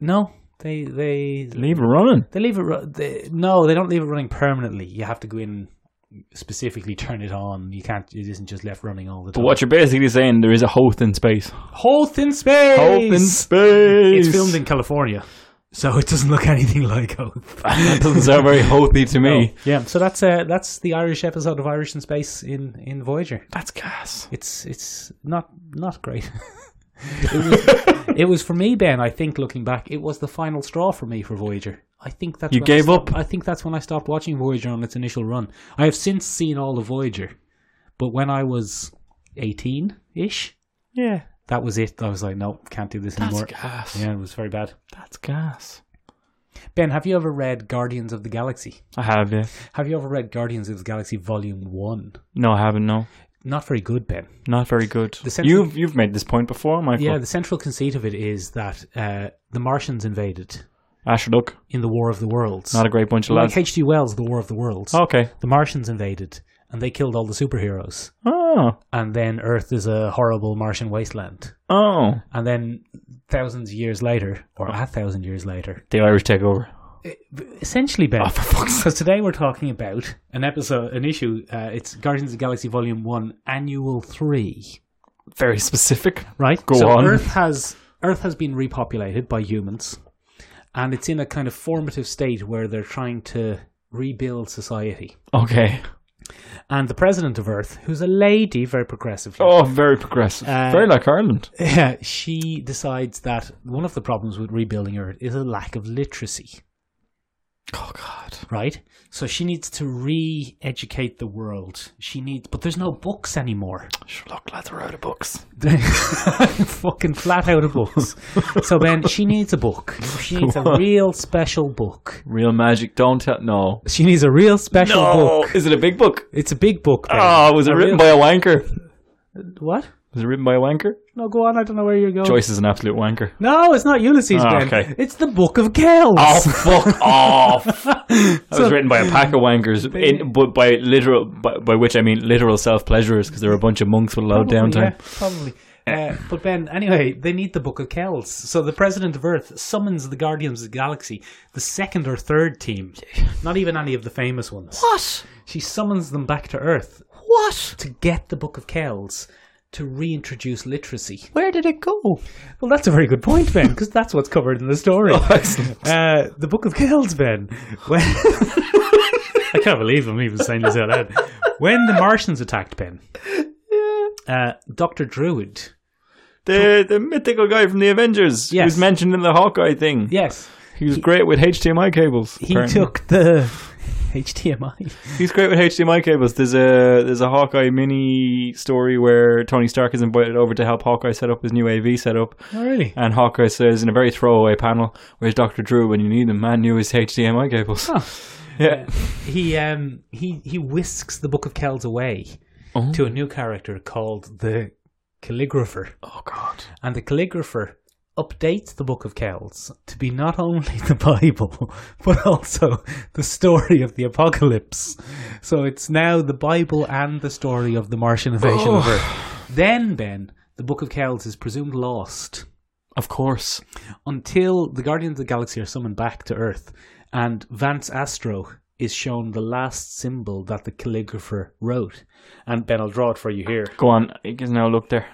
S1: No, they they
S2: Leave it running.
S1: They leave it. ru- They, no, they don't leave it running permanently. You have to go in specifically turn it on. You can't. It isn't just left running all the
S2: But
S1: time.
S2: what you're basically saying, there is a Hoth in space.
S1: Hoth in space.
S2: space.
S1: It's filmed in California, so it doesn't look anything like Hoth.
S2: that doesn't sound very Hothy to me.
S1: Oh, Yeah. So that's uh, that's the Irish episode of Irish in Space in in Voyager.
S2: That's gas.
S1: It's it's not not great. it, was, it was for me, Ben. I think looking back, it was the final straw for me for Voyager. I think that's
S2: You
S1: when I
S2: gave
S1: stopped-
S2: up?
S1: I think that's when I stopped watching Voyager on its initial run. I have since seen all of Voyager, but when I was eighteen ish,
S2: Yeah.
S1: that was it. I was like, no, can't do this
S2: That's
S1: anymore.
S2: gas.
S1: Yeah, it was very bad.
S2: That's gas.
S1: Ben, have you ever read Guardians of the Galaxy?
S2: I have, yeah.
S1: Have you ever read Guardians of the Galaxy Volume One?
S2: No, I haven't, no.
S1: Not very good, Ben.
S2: Not very good.
S1: The sense
S2: You've you've made this point before, Michael.
S1: Yeah, the central conceit of it is that uh, the Martians invaded
S2: Asher Duck,
S1: in the War of the Worlds.
S2: not a Oh. great bunch of
S1: like
S2: lads.
S1: H.G. Wells, the War of the Worlds.
S2: Okay.
S1: The Martians invaded and they killed all the superheroes.
S2: Oh.
S1: And then Earth is a horrible Martian wasteland.
S2: Oh.
S1: And then thousands of years later, or a thousand years later,
S2: The Irish take over.
S1: essentially, Ben. Because today we're talking about an episode, an issue. Uh, it's Guardians of the Galaxy Volume One, Annual Three.
S2: Very specific.
S1: Right.
S2: Go
S1: so
S2: on.
S1: Earth has Earth has been repopulated by humans, and it's in a kind of formative state where they're trying to rebuild society.
S2: Okay.
S1: And the president of Earth, who's a lady, very progressive,
S2: Oh, very progressive. very like Ireland.
S1: she decides that one of the problems with rebuilding Earth is a lack of literacy.
S2: Oh God.
S1: Right, so she needs to re-educate the world. She needs, but there's no books anymore.
S2: Sherlock lads are out of books.
S1: fucking flat out of books. so then she needs a book. She needs a real special book.
S2: Real magic. Don't tell. No.
S1: She needs a real special book.
S2: Is it a big book?
S1: It's a big book. Ben.
S2: Oh, was it
S1: A
S2: written
S1: real-
S2: by a wanker?
S1: What?
S2: Was it written by a wanker?
S1: No, go on. I don't know where you're going.
S2: Joyce is an absolute wanker.
S1: No, it's not Ulysses,
S2: Oh,
S1: Ben.
S2: okay.
S1: It's the Book of Kells.
S2: Oh fuck off! That was written by a pack of wankers, in, but by literal, by, by which I mean literal self pleasurers, because there were a bunch of monks with a lot of
S1: Probably,
S2: downtime.
S1: yeah, probably. Uh, but Ben, anyway, they need the Book of Kells. So the President of Earth summons the Guardians of the Galaxy, the second or third team, not even any of the famous ones.
S2: What?
S1: She summons them back to Earth
S2: What?
S1: to get the Book of Kells to reintroduce literacy.
S2: Where did it go?
S1: Well, that's a very good point, Ben, because that's what's covered in the story.
S2: Excellent.
S1: Uh, the Book of Kells, Ben. When... I can't believe I'm even saying this out loud. When the Martians attacked Ben, uh, Dr. Druid,
S2: The the mythical guy from the Avengers. He
S1: Yes.
S2: was mentioned in the Hawkeye thing.
S1: yes,
S2: He was great with HDMI cables.
S1: he
S2: apparently.
S1: took the HDMI.
S2: He's great with HDMI cables. There's a there's a Hawkeye mini story where Tony Stark is invited over to help Hawkeye set up his new AV setup.
S1: Oh, really?
S2: And Hawkeye says in a very throwaway panel, "Where's Doctor Drew when you need him? Man knew his HDMI cables."
S1: Huh.
S2: Yeah.
S1: He um he he whisks the Book of Kells away
S2: Oh.
S1: to a new character called the Calligrapher.
S2: Oh God.
S1: and the calligrapher updates the Book of Kells to be not only the Bible, but also the story of the apocalypse. So it's now the Bible and the story of the Martian invasion
S2: Oh.
S1: of Earth. Then, Ben, the Book of Kells is presumed lost
S2: Of course.
S1: until the Guardians of the Galaxy are summoned back to Earth and Vance Astro is shown the last symbol that the calligrapher wrote. And Ben, I'll draw it for you here.
S2: Go on. He gives now a look there.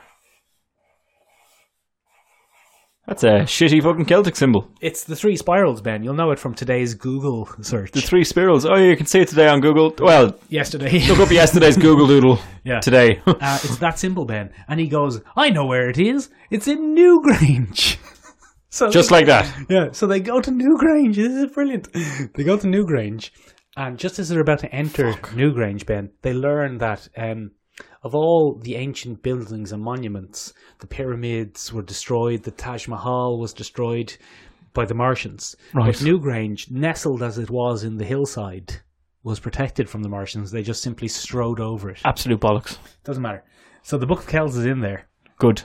S2: That's a shitty fucking Celtic symbol.
S1: It's the three spirals, Ben. You'll know it from today's Google search.
S2: The three spirals. Oh, you can see it today on Google. Well,
S1: yesterday.
S2: look up yesterday's Google Doodle.
S1: Yeah.
S2: Today.
S1: Uh, it's that simple, Ben. And he goes, I know where it is. It's in Newgrange. so
S2: Just like that.
S1: yeah, so they go to Newgrange. This is brilliant. They go to Newgrange, and just as they're about to enter Newgrange, Ben, they learn that um, of all the ancient buildings and monuments, the pyramids were destroyed, the Taj Mahal was destroyed, by the Martians.
S2: Right.
S1: But Newgrange, nestled as it was in the hillside, was protected from the Martians. They just simply strode over it.
S2: Absolute bollocks.
S1: Doesn't matter. So the Book of Kells is in there,
S2: Good.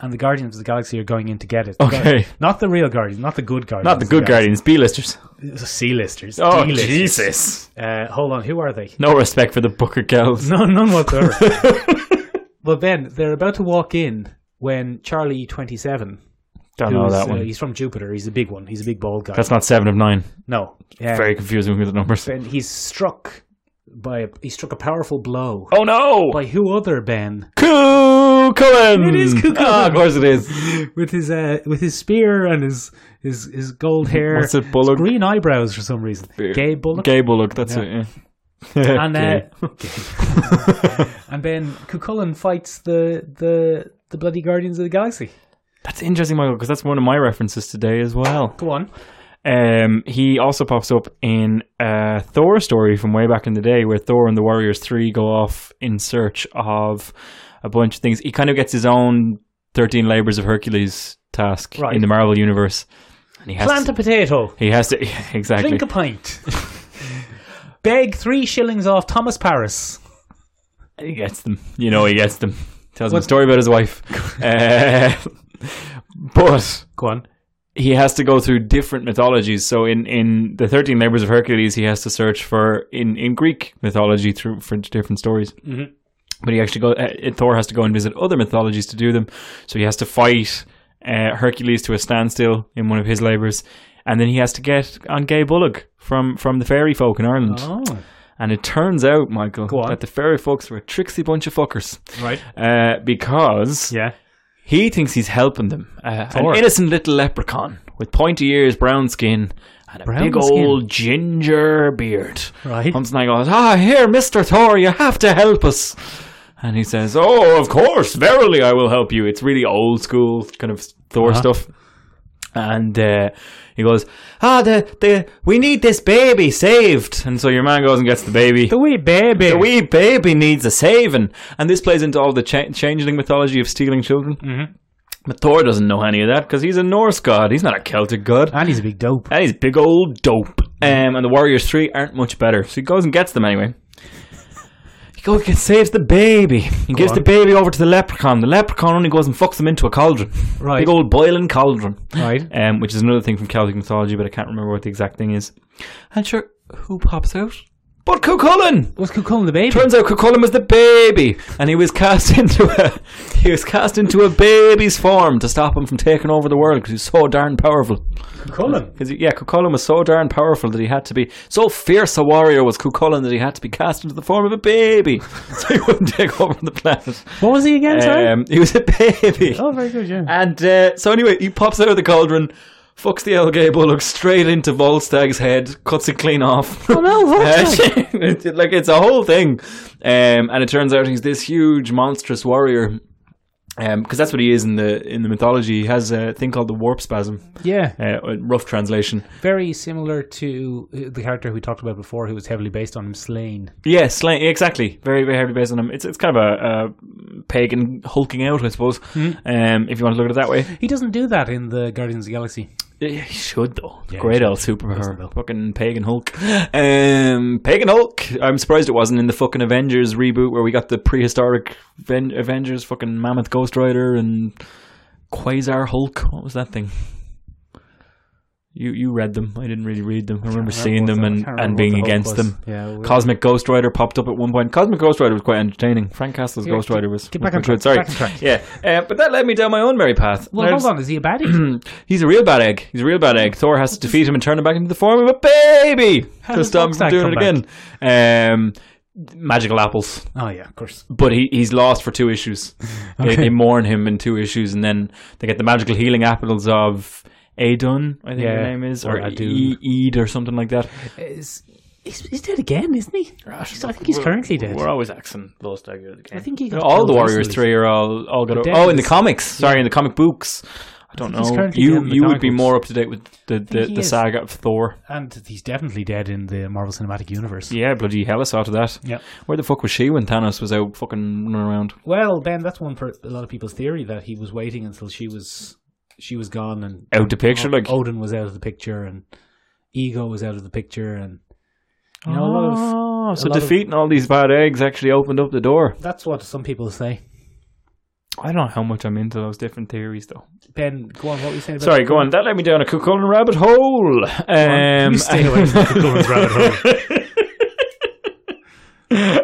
S1: and the Guardians of the Galaxy are going in to get it. The
S2: Okay.
S1: Guardi- not the real Guardians, not the good Guardians.
S2: Not the good Guardians, B listers.
S1: Guardians. C-listers.
S2: Oh,
S1: D-listers.
S2: Jesus.
S1: Uh, hold on, who are they?
S2: No respect for the Booker Girls.
S1: No, none whatsoever. but then they're about to walk in when Charlie twenty seven,
S2: Don't
S1: who's
S2: know that
S1: uh,
S2: one.
S1: he's from Jupiter, he's a big one, he's a big bald guy.
S2: That's not seven of nine.
S1: no, yeah.
S2: Very confusing with the numbers.
S1: Ben, he's struck by a, he struck a powerful blow
S2: Oh no!
S1: by who other Ben
S2: Coo Cullen!
S1: It is Cú Chulainn.
S2: Ah, of course it is.
S1: with his uh, with his spear and his his his gold hair,
S2: What's it, Bullock?
S1: green eyebrows for some reason,
S2: Spear.
S1: gay Bullock,
S2: Gay Bullock, that's it. Yeah.
S1: and
S2: Gay.
S1: uh, and then Cucullin fights the the the bloody Guardians of the Galaxy.
S2: that's interesting, Michael, because that's one of my references today as well.
S1: Go on.
S2: Um, he also pops up in a Thor story from way back in the day where Thor and the Warriors 3 go off in search of a bunch of things. He kind of gets his own 13 Labors of Hercules task
S1: Right.
S2: in the Marvel Universe. And he has
S1: Plant a
S2: to,
S1: potato.
S2: he has to yeah, exactly.
S1: Drink a pint. Beg three shillings off Thomas Paris.
S2: He gets them. You know, he gets them. Tells him a
S1: What-
S2: story about his wife. Uh, but
S1: Go on.
S2: he has to go through different mythologies. So in, in the Thirteen Labors of Hercules, he has to search for in, in Greek mythology through for different stories.
S1: Mhm.
S2: But he actually go. Uh, Thor has to go and visit other mythologies to do them. So he has to fight uh, Hercules to a standstill in one of his labors, and then he has to get on Gay Bullock from from the fairy folk in Ireland.
S1: Oh,
S2: And it turns out, Michael,
S1: Go on.
S2: that the fairy folks were a tricksy bunch of fuckers
S1: right.
S2: uh, because
S1: Yeah.
S2: he thinks he's helping them. Uh, an
S1: Thor.
S2: innocent little leprechaun with pointy ears, brown skin, and a
S1: Brown
S2: big
S1: skin.
S2: old ginger beard.
S1: Right.
S2: Comes and I goes, Ah, here, Mr. Thor, you have to help us. And he says, Oh, of course, verily I will help you. It's really old school kind of Thor
S1: Uh-huh.
S2: stuff. And uh, he goes, Ah, the, the, we need this baby saved. And so your man goes and gets the baby.
S1: the wee baby.
S2: The wee baby needs a saving. And this plays into all the cha- changeling mythology of stealing children. Mm-hmm. But Thor doesn't know any of that because he's a Norse god. He's not a Celtic god.
S1: and he's a big dope.
S2: And he's big old dope. Um, and the Warriors 3 aren't much better. So he goes and gets them anyway. He goes and gets- saves the baby. He gives
S1: on.
S2: the baby over to the leprechaun. The leprechaun only goes and fucks them into a cauldron.
S1: Right.
S2: Big old boiling cauldron.
S1: Right.
S2: Um, which is another thing from Celtic mythology, but I can't remember what the exact thing is. And sure, who pops out? But Cucullin!
S1: What's Cucullin the baby?
S2: Turns out Cucullin was the baby, and he was cast into a he was cast into a baby's form to stop him from taking over the world because he's so darn powerful.
S1: Cucullin.
S2: Because yeah, Cucullin was so darn powerful that he had to be so fierce a warrior was Cucullin that he had to be cast into the form of a baby so he wouldn't take over the planet.
S1: What was he again, sorry?
S2: Um, he was a baby,
S1: oh, very good, yeah.
S2: and uh, so anyway, he pops out of the cauldron. Fucks the old gay bullock straight into Volstag's head, cuts it clean off.
S1: oh, no,
S2: Uh,
S1: Volstagg.
S2: it's- it- like it's a whole thing, um, and it turns out he's this huge, monstrous warrior, because that's what he is in the in the mythology. He has a thing called the warp spasm,
S1: yeah.
S2: uh, in rough translation.
S1: Very similar to uh, the character we talked about before who was heavily based on him, Slain.
S2: Yeah, slang, exactly. Very, very heavily based on him. It's it's kind of a, a pagan hulking out, I suppose, um, if you want to look at it that way.
S1: He doesn't do that in the Guardians of the Galaxy.
S2: Yeah, he should though.
S1: Yeah,
S2: Great
S1: he
S2: old
S1: Listen, Bill.
S2: superpower. Fucking Pagan Hulk. Um, Pagan Hulk. I'm surprised it wasn't in the fucking Avengers reboot where we got the prehistoric Ven- Avengers, fucking Mammoth Ghost Rider and Quasar Hulk. What was that thing? You you read them. I didn't really read them. I remember seeing them and, and being against them.
S1: Yeah,
S2: Cosmic Ghost Rider popped up at one point. Cosmic Ghost Rider was quite entertaining. Frank Castle's
S1: Yeah,
S2: Ghost
S1: get-
S2: Rider was.
S1: get
S2: was
S1: back on
S2: pretty
S1: track,
S2: good.
S1: back on track.
S2: Sorry. Yeah, uh, but that led me down my own merry path.
S1: well,
S2: There's-
S1: hold on. Is he a baddie?
S2: Hmm. He's a real bad egg. He's a real bad egg. Thor has to defeat him and turn him back into the form of a baby
S1: Hmm. How
S2: to
S1: does
S2: stop him from
S1: Volstagg
S2: doing it
S1: come
S2: again. Um, magical apples,
S1: oh, yeah, of course.
S2: but he, he's lost for two issues. They,
S1: Okay.
S2: they mourn him in two issues, and then they get the magical healing apples of Adun, I think
S1: Yeah,
S2: the name is,
S1: or
S2: or, or
S1: Adun.
S2: Eid or something like that.
S1: Is, he's, he's dead again, isn't he? He's- I think he's currently dead.
S2: We're always axing Volstagg out of the
S1: I
S2: game.
S1: think he got
S2: all the
S1: killed
S2: Warriors
S1: recently.
S2: three are all all got.
S1: The
S2: oh, in the
S1: Deadlands.
S2: comics. Sorry, in the comic books. I don't
S1: he's
S2: know.
S1: currently
S2: You
S1: doing the
S2: you would be
S1: comic
S2: more up to date with the the,
S1: he
S2: the
S1: is.
S2: saga of Thor.
S1: And he's definitely dead in the Marvel Cinematic Universe.
S2: Yeah, bloody hell, I saw to that.
S1: Yeah.
S2: Where the fuck was she when Thanos was out fucking running around?
S1: Well, Ben, that's one for a lot of people's theory that he was waiting until she was she was gone and
S2: Out the picture, like
S1: Odin was out of the picture and Ego was out of the picture and you know a lot of
S2: Oh, so
S1: lot of-
S2: defeating all these bad eggs actually opened up the door.
S1: that's what some people say.
S2: I don't know how much I'm into those different theories though.
S1: Ben, go on. What were you saying? About
S2: Sorry, go on. That led me down a Cucullin rabbit hole. Um,
S1: you stay away from Cucullin's
S2: rabbit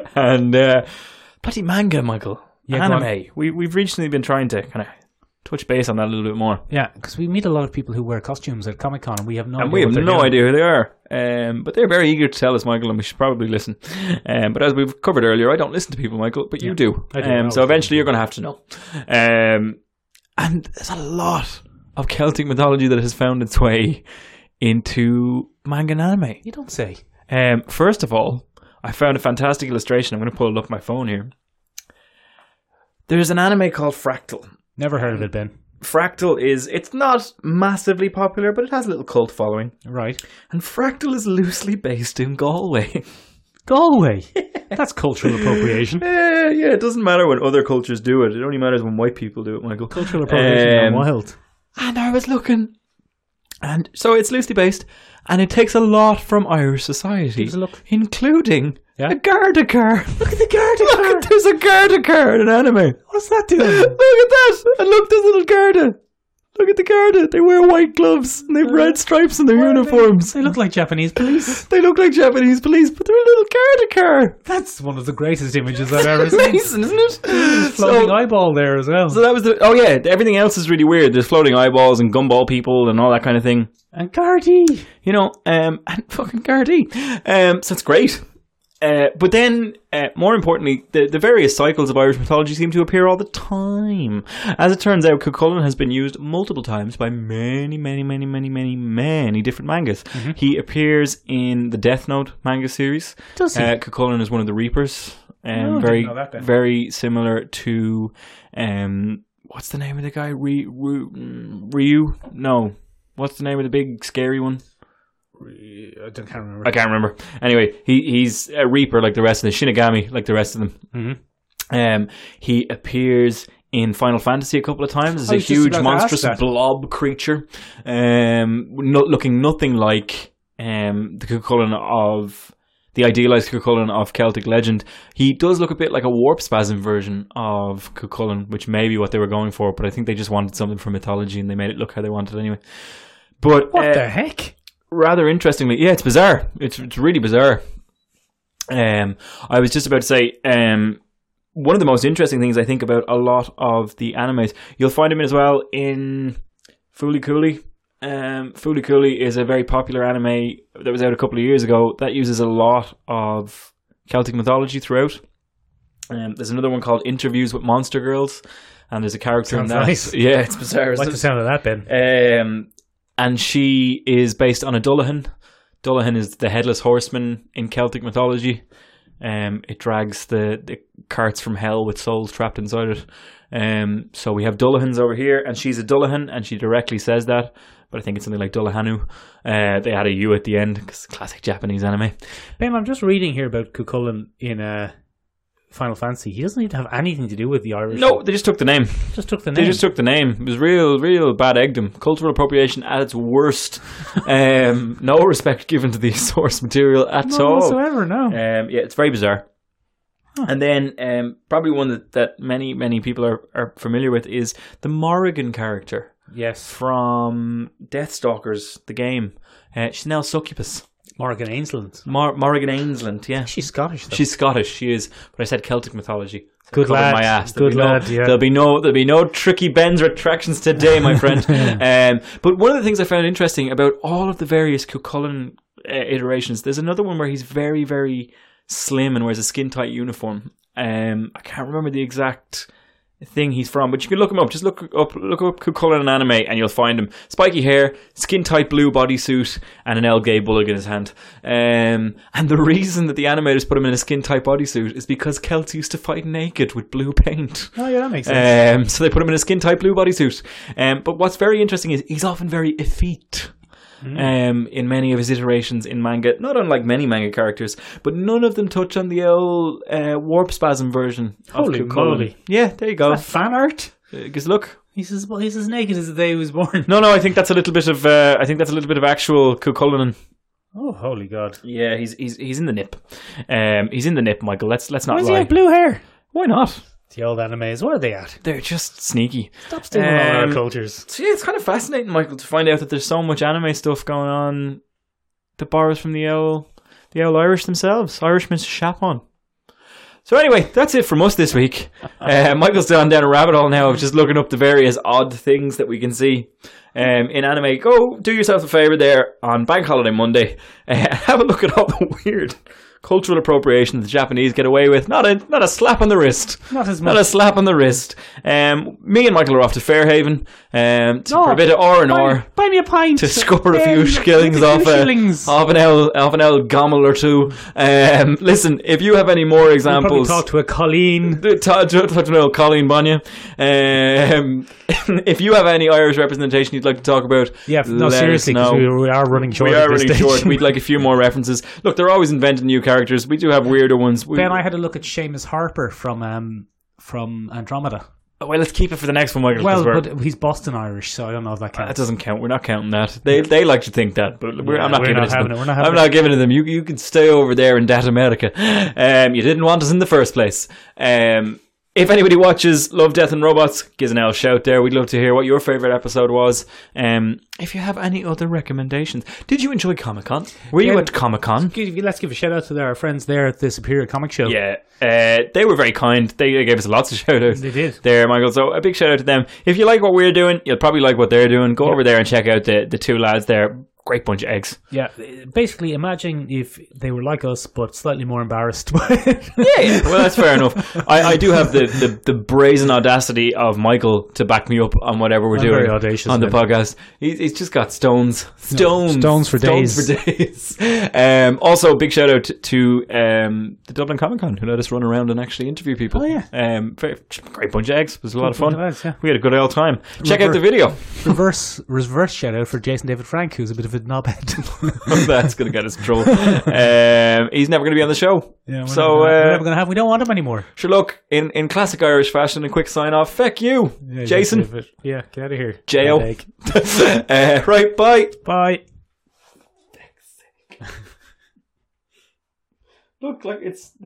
S2: hole. and uh, bloody manga, Michael.
S1: Yeah, go on.
S2: anime. We we've recently been trying to kind of touch base on that a little bit more,
S1: Yeah, because we meet a lot of people who wear costumes at Comic Con, and we have no.
S2: and
S1: idea
S2: we have
S1: what they're
S2: no
S1: doing.
S2: idea who they are. Um, but they're very eager to tell us, Michael, and we should probably listen. Um, but as we've covered earlier, I don't listen to people, Michael, but you
S1: Yeah,
S2: do.
S1: I do, I
S2: Um, so
S1: always
S2: eventually, you're going to have to know. Um, and there's a lot of Celtic mythology that has found its way into manga and anime.
S1: You don't say.
S2: Um, first of all, I found a fantastic illustration. I'm going to pull it up on my phone here. There's an anime called Fractal.
S1: Never heard of it, Ben.
S2: Fractal is it's not massively popular, but it has a little cult following.
S1: Right.
S2: And Fractal is loosely based in Galway.
S1: Galway. That's cultural appropriation.
S2: yeah, yeah, it doesn't matter when other cultures do it. It only matters when white people do it, Michael.
S1: Cultural appropriation
S2: Um,
S1: gone wild.
S2: And I was looking, and so it's loosely based, and it takes a lot from Irish society,
S1: Give us a look.
S2: including
S1: Yeah.
S2: the Gardagar.
S1: Look at the garden.
S2: Look, there's a Gardagar in an anime.
S1: What's that
S2: Look at
S1: doing?
S2: that! And look, there's little Garda. Look at the Garda. They wear white gloves and they have
S1: Uh,
S2: red stripes on their uniforms.
S1: They look like Japanese police.
S2: They look like Japanese police, but they're a little Gardagar.
S1: That's one of the greatest images I've ever seen.
S2: Amazing, isn't it?
S1: Floating
S2: So,
S1: eyeball there as well.
S2: so that was the. Oh yeah, everything else is really weird. There's floating eyeballs and gumball people and all that kind of thing.
S1: and Gardy.
S2: You know, um, and fucking Gardaí. Um, so it's great. Uh, but then, uh, more importantly, the, the various cycles of Irish mythology seem to appear all the time. As it turns out, Cuchulainn has been used multiple times by many, many, many, many, many, many different mangas.
S1: Mm-hmm.
S2: He appears in the Death Note manga series.
S1: Does he?
S2: Uh, Cuchulainn is one of the Reapers.
S1: Oh,
S2: Um,
S1: didn't
S2: very,
S1: know that bit.
S2: very similar to, um, what's the name of the guy? Ry- Ru- mm, Ryu? No. What's the name of the big scary one?
S1: I don't, can't remember.
S2: I can't remember. Anyway, he he's a reaper like the rest of the Shinigami, like the rest of them.
S1: Mhm.
S2: Um, he appears in Final Fantasy a couple of times as
S1: I
S2: a
S1: was just about
S2: huge
S1: to
S2: monstrous
S1: ask that.
S2: blob creature, um, no, looking nothing like um the Cuchulainn of the idealized Cuchulainn of Celtic legend. He does look a bit like a warp spasm version of Cuchulainn, which may be what they were going for, but I think they just wanted something from mythology and they made it look how they wanted anyway. But
S1: What
S2: uh,
S1: the heck?
S2: rather interestingly, yeah, it's bizarre. It's it's really bizarre. Um, I was just about to say, um, one of the most interesting things I think about a lot of the animes, you'll find them as well in Foolie Cooley. Um, Foolie Cooley is a very popular anime that was out a couple of years ago that uses a lot of Celtic mythology throughout. Um, there's another one called Interviews with Monster Girls, and there's a character
S1: Sounds
S2: in that.
S1: nice.
S2: Yeah, it's bizarre.
S1: like
S2: isn't
S1: the
S2: it?
S1: sound of that, Ben.
S2: Um, and she is based on a Dullahan. Dullahan is the headless horseman in Celtic mythology. Um, it drags the, the carts from hell with souls trapped inside it. Um, so we have Dullahans over here, and she's a Dullahan, and she directly says that. But I think it's something like Dullahanu. Uh, they had a U at the end because classic Japanese anime.
S1: Ben, I'm just reading here about Cucullin in uh, Final Fantasy. He doesn't even have anything to do with the Irish.
S2: No, they just took the name.
S1: just took the name.
S2: They just took the name. It was real, real bad eggdom. Cultural appropriation at its worst. um, no respect given to the source material at
S1: None
S2: all.
S1: whatsoever, no.
S2: Um, yeah, it's very bizarre. And then um, probably one that, that many, many people are, are familiar with is the Morrigan character
S1: yes,
S2: from Deathstalkers, the game. Uh, she's now succubus.
S1: Morgan Ainsland.
S2: Mor- Morrigan Ainsland, yeah.
S1: She's Scottish, though.
S2: She's Scottish, she is. But I said Celtic mythology. So
S1: Good
S2: covered
S1: lad,
S2: My ass.
S1: good
S2: be no-
S1: lad, yeah.
S2: There'll be no there'll be no tricky bends or attractions today, my friend. um, but one of the things I found interesting about all of the various Cucullin uh, iterations, there's another one where he's very very slim and wears a skin tight uniform. Um, I can't remember the exact thing he's from, but you can look him up. Just look up look up Cucullin in anime, and you'll find him. Spiky hair, skin tight blue bodysuit, and an El Gay bullock in his hand. Um, and the reason that the animators put him in a skin tight bodysuit is because Celts used to fight naked with blue paint.
S1: oh, yeah, that makes sense.
S2: Um, so they put him in a skin tight blue bodysuit. Um, but what's very interesting is he's often very effete.
S1: Hmm.
S2: Um, in many of his iterations in manga, not unlike many manga characters, but none of them touch on the old uh, warp spasm version.
S1: Holy
S2: of Cucullin.
S1: moly.
S2: Yeah, there you go.
S1: Fan art?
S2: Because look,
S1: He's as he's as naked as the day he was born.
S2: No, no, I think that's a little bit of uh, I think that's a little bit of actual Cucullin.
S1: Oh, holy God!
S2: Yeah, he's he's he's in the nip. Um, he's in the nip, Michael. Let's let's not
S1: Why does he
S2: lie.
S1: have blue hair?
S2: Why not?
S1: The old animes. What are they at?
S2: They're just sneaky.
S1: Stop stealing all our
S2: Um,
S1: cultures.
S2: So yeah, it's kind of fascinating, Michael, to find out that there's so much anime stuff going on that borrows from the owl, the owl Irish themselves, Irishman's Chapon. So anyway, that's it from us this week. Uh, Michael's gone down a rabbit hole now of just looking up the various odd things that we can see um, in anime. Go do yourself a favor there on Bank Holiday Monday. Uh, have a look at all the weird cultural appropriation the Japanese get away with. Not a not a slap on the wrist.
S1: Not as much.
S2: Not a slap on the wrist. Um, me and Michael are off to Fairhaven um, to,
S1: No,
S2: for a bit of R and
S1: buy,
S2: R
S1: buy me a pint.
S2: to score a
S1: Um,
S2: few shillings
S1: a few
S2: off uh, a,
S1: shillings.
S2: off an L off an L gommel or two. Um, listen, if you have any more
S1: I'll probably
S2: examples.
S1: talk to a Colleen.
S2: Talk to, talk to know Colleen Bonnier. Um, if you have any Irish representation you'd like to talk about,
S1: Yeah, no,
S2: let us
S1: seriously, 'cause
S2: know.
S1: we, we are running short.
S2: We
S1: at
S2: are
S1: this
S2: running
S1: stage.
S2: short. We'd like a few more references. Look, they're always inventing new characters. We do have weirder ones. We,
S1: Ben, I had a look at Seamus Harper from um, from Andromeda.
S2: well, let's keep it for the next one, Michael.
S1: Well,
S2: 'cause we're-
S1: but he's Boston Irish, so I don't know if that
S2: That
S1: counts.
S2: doesn't count. We're not counting that. They they like to think that, but we're,
S1: Yeah,
S2: I'm not
S1: we're
S2: giving
S1: not
S2: it to
S1: having
S2: them.
S1: it. We're not having
S2: I'm not giving it to them. You you can stay over there in Dat America. Um, you didn't want us in the first place. Um, if anybody watches Love, Death and Robots, give us an owl shout there. We'd love to hear what your favorite episode was. Um, if you have any other recommendations, did you enjoy Comic Con? Were you
S1: Yeah.
S2: at Comic Con?
S1: Give- Let's give a shout out to our friends there at the Superior Comic Show.
S2: Yeah, uh, they were very kind. They, they gave us lots of shout outs.
S1: They did.
S2: There, Michael. So a big shout out to them. If you like what we're doing, you'll probably like what they're doing. Go over there and check out the, the two lads there. Great bunch of eggs.
S1: Yeah, basically, imagine if they were like us, but slightly more embarrassed. by it.
S2: Yeah, well, that's fair enough. I, I do have the, the, the brazen audacity of Michael to back me up on whatever we're
S1: I'm
S2: doing
S1: very audacious,
S2: on the
S1: man.
S2: podcast. He's, he's just got stones, stones,
S1: stones for
S2: days. for days. Um, also, big shout out to um, the Dublin Comic Con who let us run around and actually interview people.
S1: Oh, yeah.
S2: um, very, great bunch of eggs. It was a lot of
S1: bunch
S2: fun.
S1: of eggs, yeah.
S2: We had a good old time. Check out
S1: Revert.
S2: the video.
S1: reverse reverse shout out for Jason David Frank, who's a bit of a knobhead.
S2: That's going to get us in trouble. um, he's never going to be on the show.
S1: yeah, we're
S2: so.
S1: never,
S2: uh,
S1: we're never gonna have. We don't want him anymore.
S2: Sure, look, in, in classic Irish fashion, a quick sign off. Feck you, Jason.
S1: Yeah, get out of here.
S2: Jail.
S1: Headache.
S2: uh, right, bye.
S1: Bye.
S2: Look, like it's.